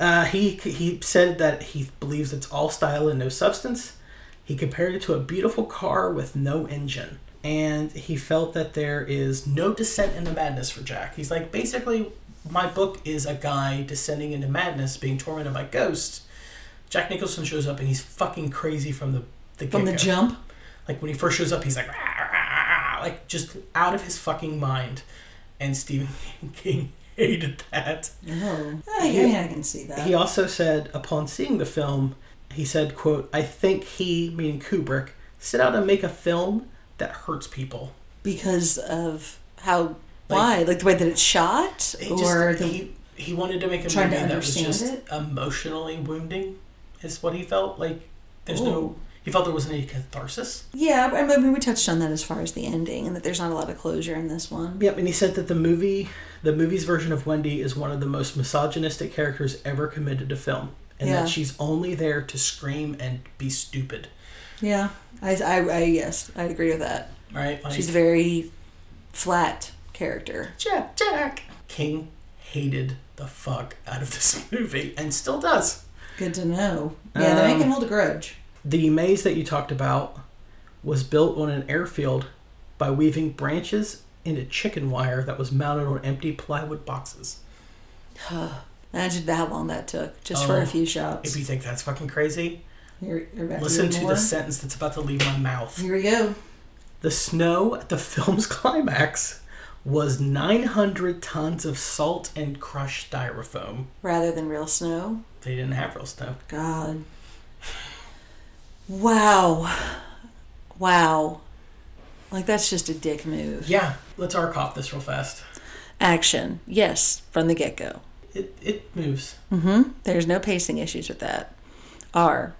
[SPEAKER 1] Uh, he he said that he believes it's all style and no substance. He compared it to a beautiful car with no engine, and he felt that there is no descent into madness for Jack. He's like, basically, my book is a guy descending into madness, being tormented by ghosts. Jack Nicholson shows up and he's fucking crazy from the the
[SPEAKER 2] From the
[SPEAKER 1] get-go.
[SPEAKER 2] jump.
[SPEAKER 1] Like when he first shows up, he's like, "Rah, rah, rah," like just out of his fucking mind. And Stephen King hated that.
[SPEAKER 2] Oh. I, I mean, I can see that.
[SPEAKER 1] He also said, upon seeing the film, he said, "quote I think he, meaning Kubrick, set out to make a film that hurts people."
[SPEAKER 2] because of how. Why? Like the way that it's shot?
[SPEAKER 1] He
[SPEAKER 2] or
[SPEAKER 1] just,
[SPEAKER 2] the.
[SPEAKER 1] he, he wanted to make a
[SPEAKER 2] Trying to
[SPEAKER 1] movie that was
[SPEAKER 2] understand
[SPEAKER 1] just
[SPEAKER 2] it?
[SPEAKER 1] emotionally wounding, is what he felt like. There's no.
[SPEAKER 2] Ooh.
[SPEAKER 1] He felt there wasn't any catharsis.
[SPEAKER 2] Yeah, I mean, we touched on that as far as the ending and that there's not a lot of closure in this one.
[SPEAKER 1] Yep, and he said that the movie, the movie's version of Wendy, is one of the most misogynistic characters ever committed to film, and
[SPEAKER 2] Yeah.
[SPEAKER 1] that she's only there to scream and be stupid,
[SPEAKER 2] Yeah, I, I, I yes, I agree with that.
[SPEAKER 1] right? Like,
[SPEAKER 2] She's a very flat character.
[SPEAKER 1] Jack. Jack King hated the fuck out of this movie, and still does.
[SPEAKER 2] Good to know. Yeah, the man can hold a grudge.
[SPEAKER 1] The maze that you talked about was built on an airfield by weaving branches into chicken wire that was mounted on empty plywood boxes.
[SPEAKER 2] Imagine how long that took just for
[SPEAKER 1] Oh,
[SPEAKER 2] a few
[SPEAKER 1] If
[SPEAKER 2] shots.
[SPEAKER 1] you think that's fucking crazy,
[SPEAKER 2] Here, here back
[SPEAKER 1] listen
[SPEAKER 2] even
[SPEAKER 1] to
[SPEAKER 2] more.
[SPEAKER 1] the sentence that's about to leave my mouth.
[SPEAKER 2] Here we go.
[SPEAKER 1] The snow at the film's climax was 900 tons of salt and crushed styrofoam.
[SPEAKER 2] Rather than real snow.
[SPEAKER 1] They didn't have real snow.
[SPEAKER 2] God. Wow. Wow. Like that's just a dick move.
[SPEAKER 1] Yeah, let's arc off this real fast.
[SPEAKER 2] Action. Yes, from the get go.
[SPEAKER 1] It, it moves.
[SPEAKER 2] There's no pacing issues with that. R.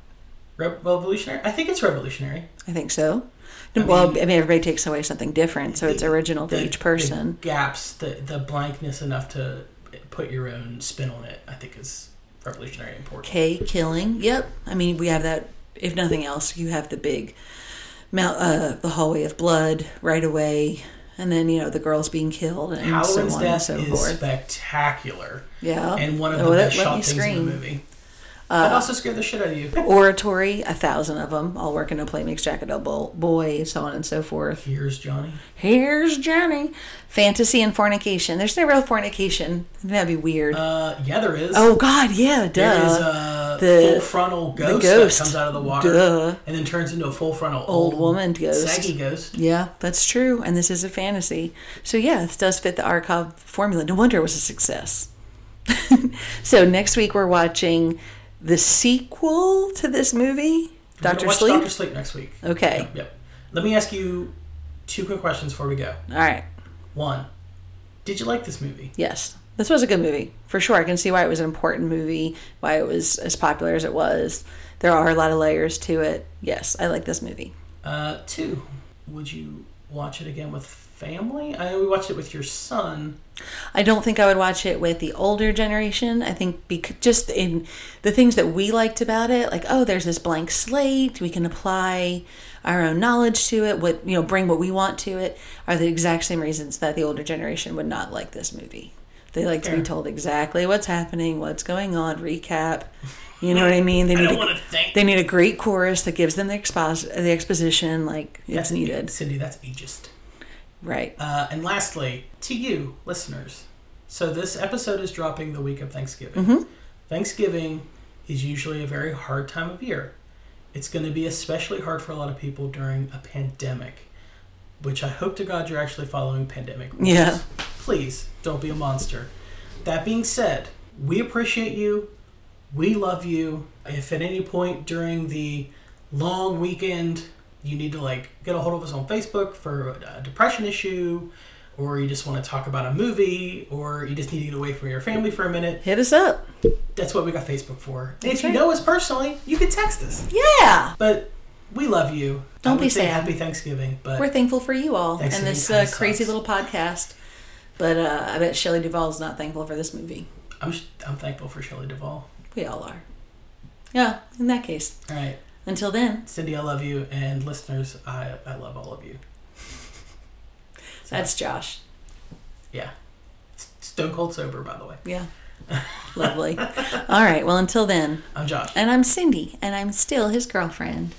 [SPEAKER 1] Re- revolutionary? I think it's revolutionary.
[SPEAKER 2] I think so. well, I mean, everybody takes away something different, so it's original to
[SPEAKER 1] The-
[SPEAKER 2] each person.
[SPEAKER 1] The gaps, the, the blankness enough to put your own spin on it, I think is revolutionary important.
[SPEAKER 2] K killing. Yep. I mean, we have that. If nothing else, you have the big mount, uh, the hallway of blood right away, and then you know the girls being killed and so
[SPEAKER 1] Halloran's
[SPEAKER 2] on and
[SPEAKER 1] death
[SPEAKER 2] so
[SPEAKER 1] is
[SPEAKER 2] forth.
[SPEAKER 1] spectacular
[SPEAKER 2] Yeah.
[SPEAKER 1] and one of the
[SPEAKER 2] Oh, that-
[SPEAKER 1] best
[SPEAKER 2] let
[SPEAKER 1] shot
[SPEAKER 2] me
[SPEAKER 1] things in
[SPEAKER 2] scream. Uh,
[SPEAKER 1] the movie. I'd also scare the shit out of you.
[SPEAKER 2] Oratory, a thousand of them, all working to play Mix Jacket Double Boy, so on and so forth.
[SPEAKER 1] Here's Johnny.
[SPEAKER 2] Here's Johnny. Fantasy and fornication. There's no real fornication. That'd be weird.
[SPEAKER 1] Uh, yeah, there is.
[SPEAKER 2] oh God, yeah, duh.
[SPEAKER 1] There is a
[SPEAKER 2] The-
[SPEAKER 1] full frontal ghost,
[SPEAKER 2] ghost.
[SPEAKER 1] that comes out of the water
[SPEAKER 2] Duh.
[SPEAKER 1] and then turns into a full frontal
[SPEAKER 2] Old woman ghost.
[SPEAKER 1] saggy ghost.
[SPEAKER 2] Yeah, that's true. And this is a fantasy. So, yeah, this does fit the Arkov formula. No wonder it was a success. so, next week we're watching the sequel to this movie,
[SPEAKER 1] We're gonna
[SPEAKER 2] Dr.
[SPEAKER 1] watch
[SPEAKER 2] Sleep.
[SPEAKER 1] Doctor Sleep next week.
[SPEAKER 2] Okay.
[SPEAKER 1] Yep. Let me ask you two quick questions before we go.
[SPEAKER 2] All right.
[SPEAKER 1] One, did you like this movie?
[SPEAKER 2] Yes. This was a good movie, for sure. I can see why it was an important movie, why it was as popular as it was. There are a lot of layers to it. Yes, I like this movie.
[SPEAKER 1] Uh, two, would you watch it again with family? I know we watched it with your son.
[SPEAKER 2] I don't think I would watch it with the older generation. I think bec- just in the things that we liked about it, like oh, there's this blank slate. We can apply our own knowledge to it. What you know, bring what we want to it. Are the exact same reasons that the older generation would not like this movie. They like to be
[SPEAKER 1] Fair.
[SPEAKER 2] told exactly what's happening, what's going on, recap. You know what I mean? They
[SPEAKER 1] I
[SPEAKER 2] need
[SPEAKER 1] don't
[SPEAKER 2] a-
[SPEAKER 1] want to think.
[SPEAKER 2] they need a great chorus that gives them the expos- the exposition like it's needed.
[SPEAKER 1] Cindy, that's ageist.
[SPEAKER 2] Right.
[SPEAKER 1] Uh, and lastly, to you, listeners. So this episode is dropping the week of Thanksgiving. Thanksgiving is usually a very hard time of year. It's going to be especially hard for a lot of people during a pandemic, which I hope to God you're actually following pandemic rules.
[SPEAKER 2] Yeah.
[SPEAKER 1] Please don't be a monster. That being said, we appreciate you. We love you. If at any point during the long weekend you need to like get a hold of us on Facebook for a depression issue, or you just want to talk about a movie, or you just need to get away from your family for a minute,
[SPEAKER 2] Hit us up.
[SPEAKER 1] that's what we got Facebook for. And if you
[SPEAKER 2] right.
[SPEAKER 1] know us personally, you can text us.
[SPEAKER 2] Yeah.
[SPEAKER 1] But we love you. I
[SPEAKER 2] Don't be
[SPEAKER 1] would say
[SPEAKER 2] sad.
[SPEAKER 1] Happy Thanksgiving, but
[SPEAKER 2] We're thankful for you all
[SPEAKER 1] Thanks
[SPEAKER 2] and
[SPEAKER 1] for
[SPEAKER 2] this
[SPEAKER 1] being
[SPEAKER 2] uh,
[SPEAKER 1] kind
[SPEAKER 2] crazy
[SPEAKER 1] sons.
[SPEAKER 2] little podcast. But uh, I bet Shelley Duvall's not thankful for this movie.
[SPEAKER 1] I'm sh- I'm thankful for Shelley Duvall.
[SPEAKER 2] We all are. Yeah, in that case.
[SPEAKER 1] All right,
[SPEAKER 2] Until then,
[SPEAKER 1] Cindy, I love you, and listeners, I I love all of you.
[SPEAKER 2] that's Josh.
[SPEAKER 1] Yeah, S- stone cold sober, by the way.
[SPEAKER 2] Yeah. Lovely. All right. Well, until then.
[SPEAKER 1] I'm Josh.
[SPEAKER 2] And I'm Cindy, and I'm still his girlfriend.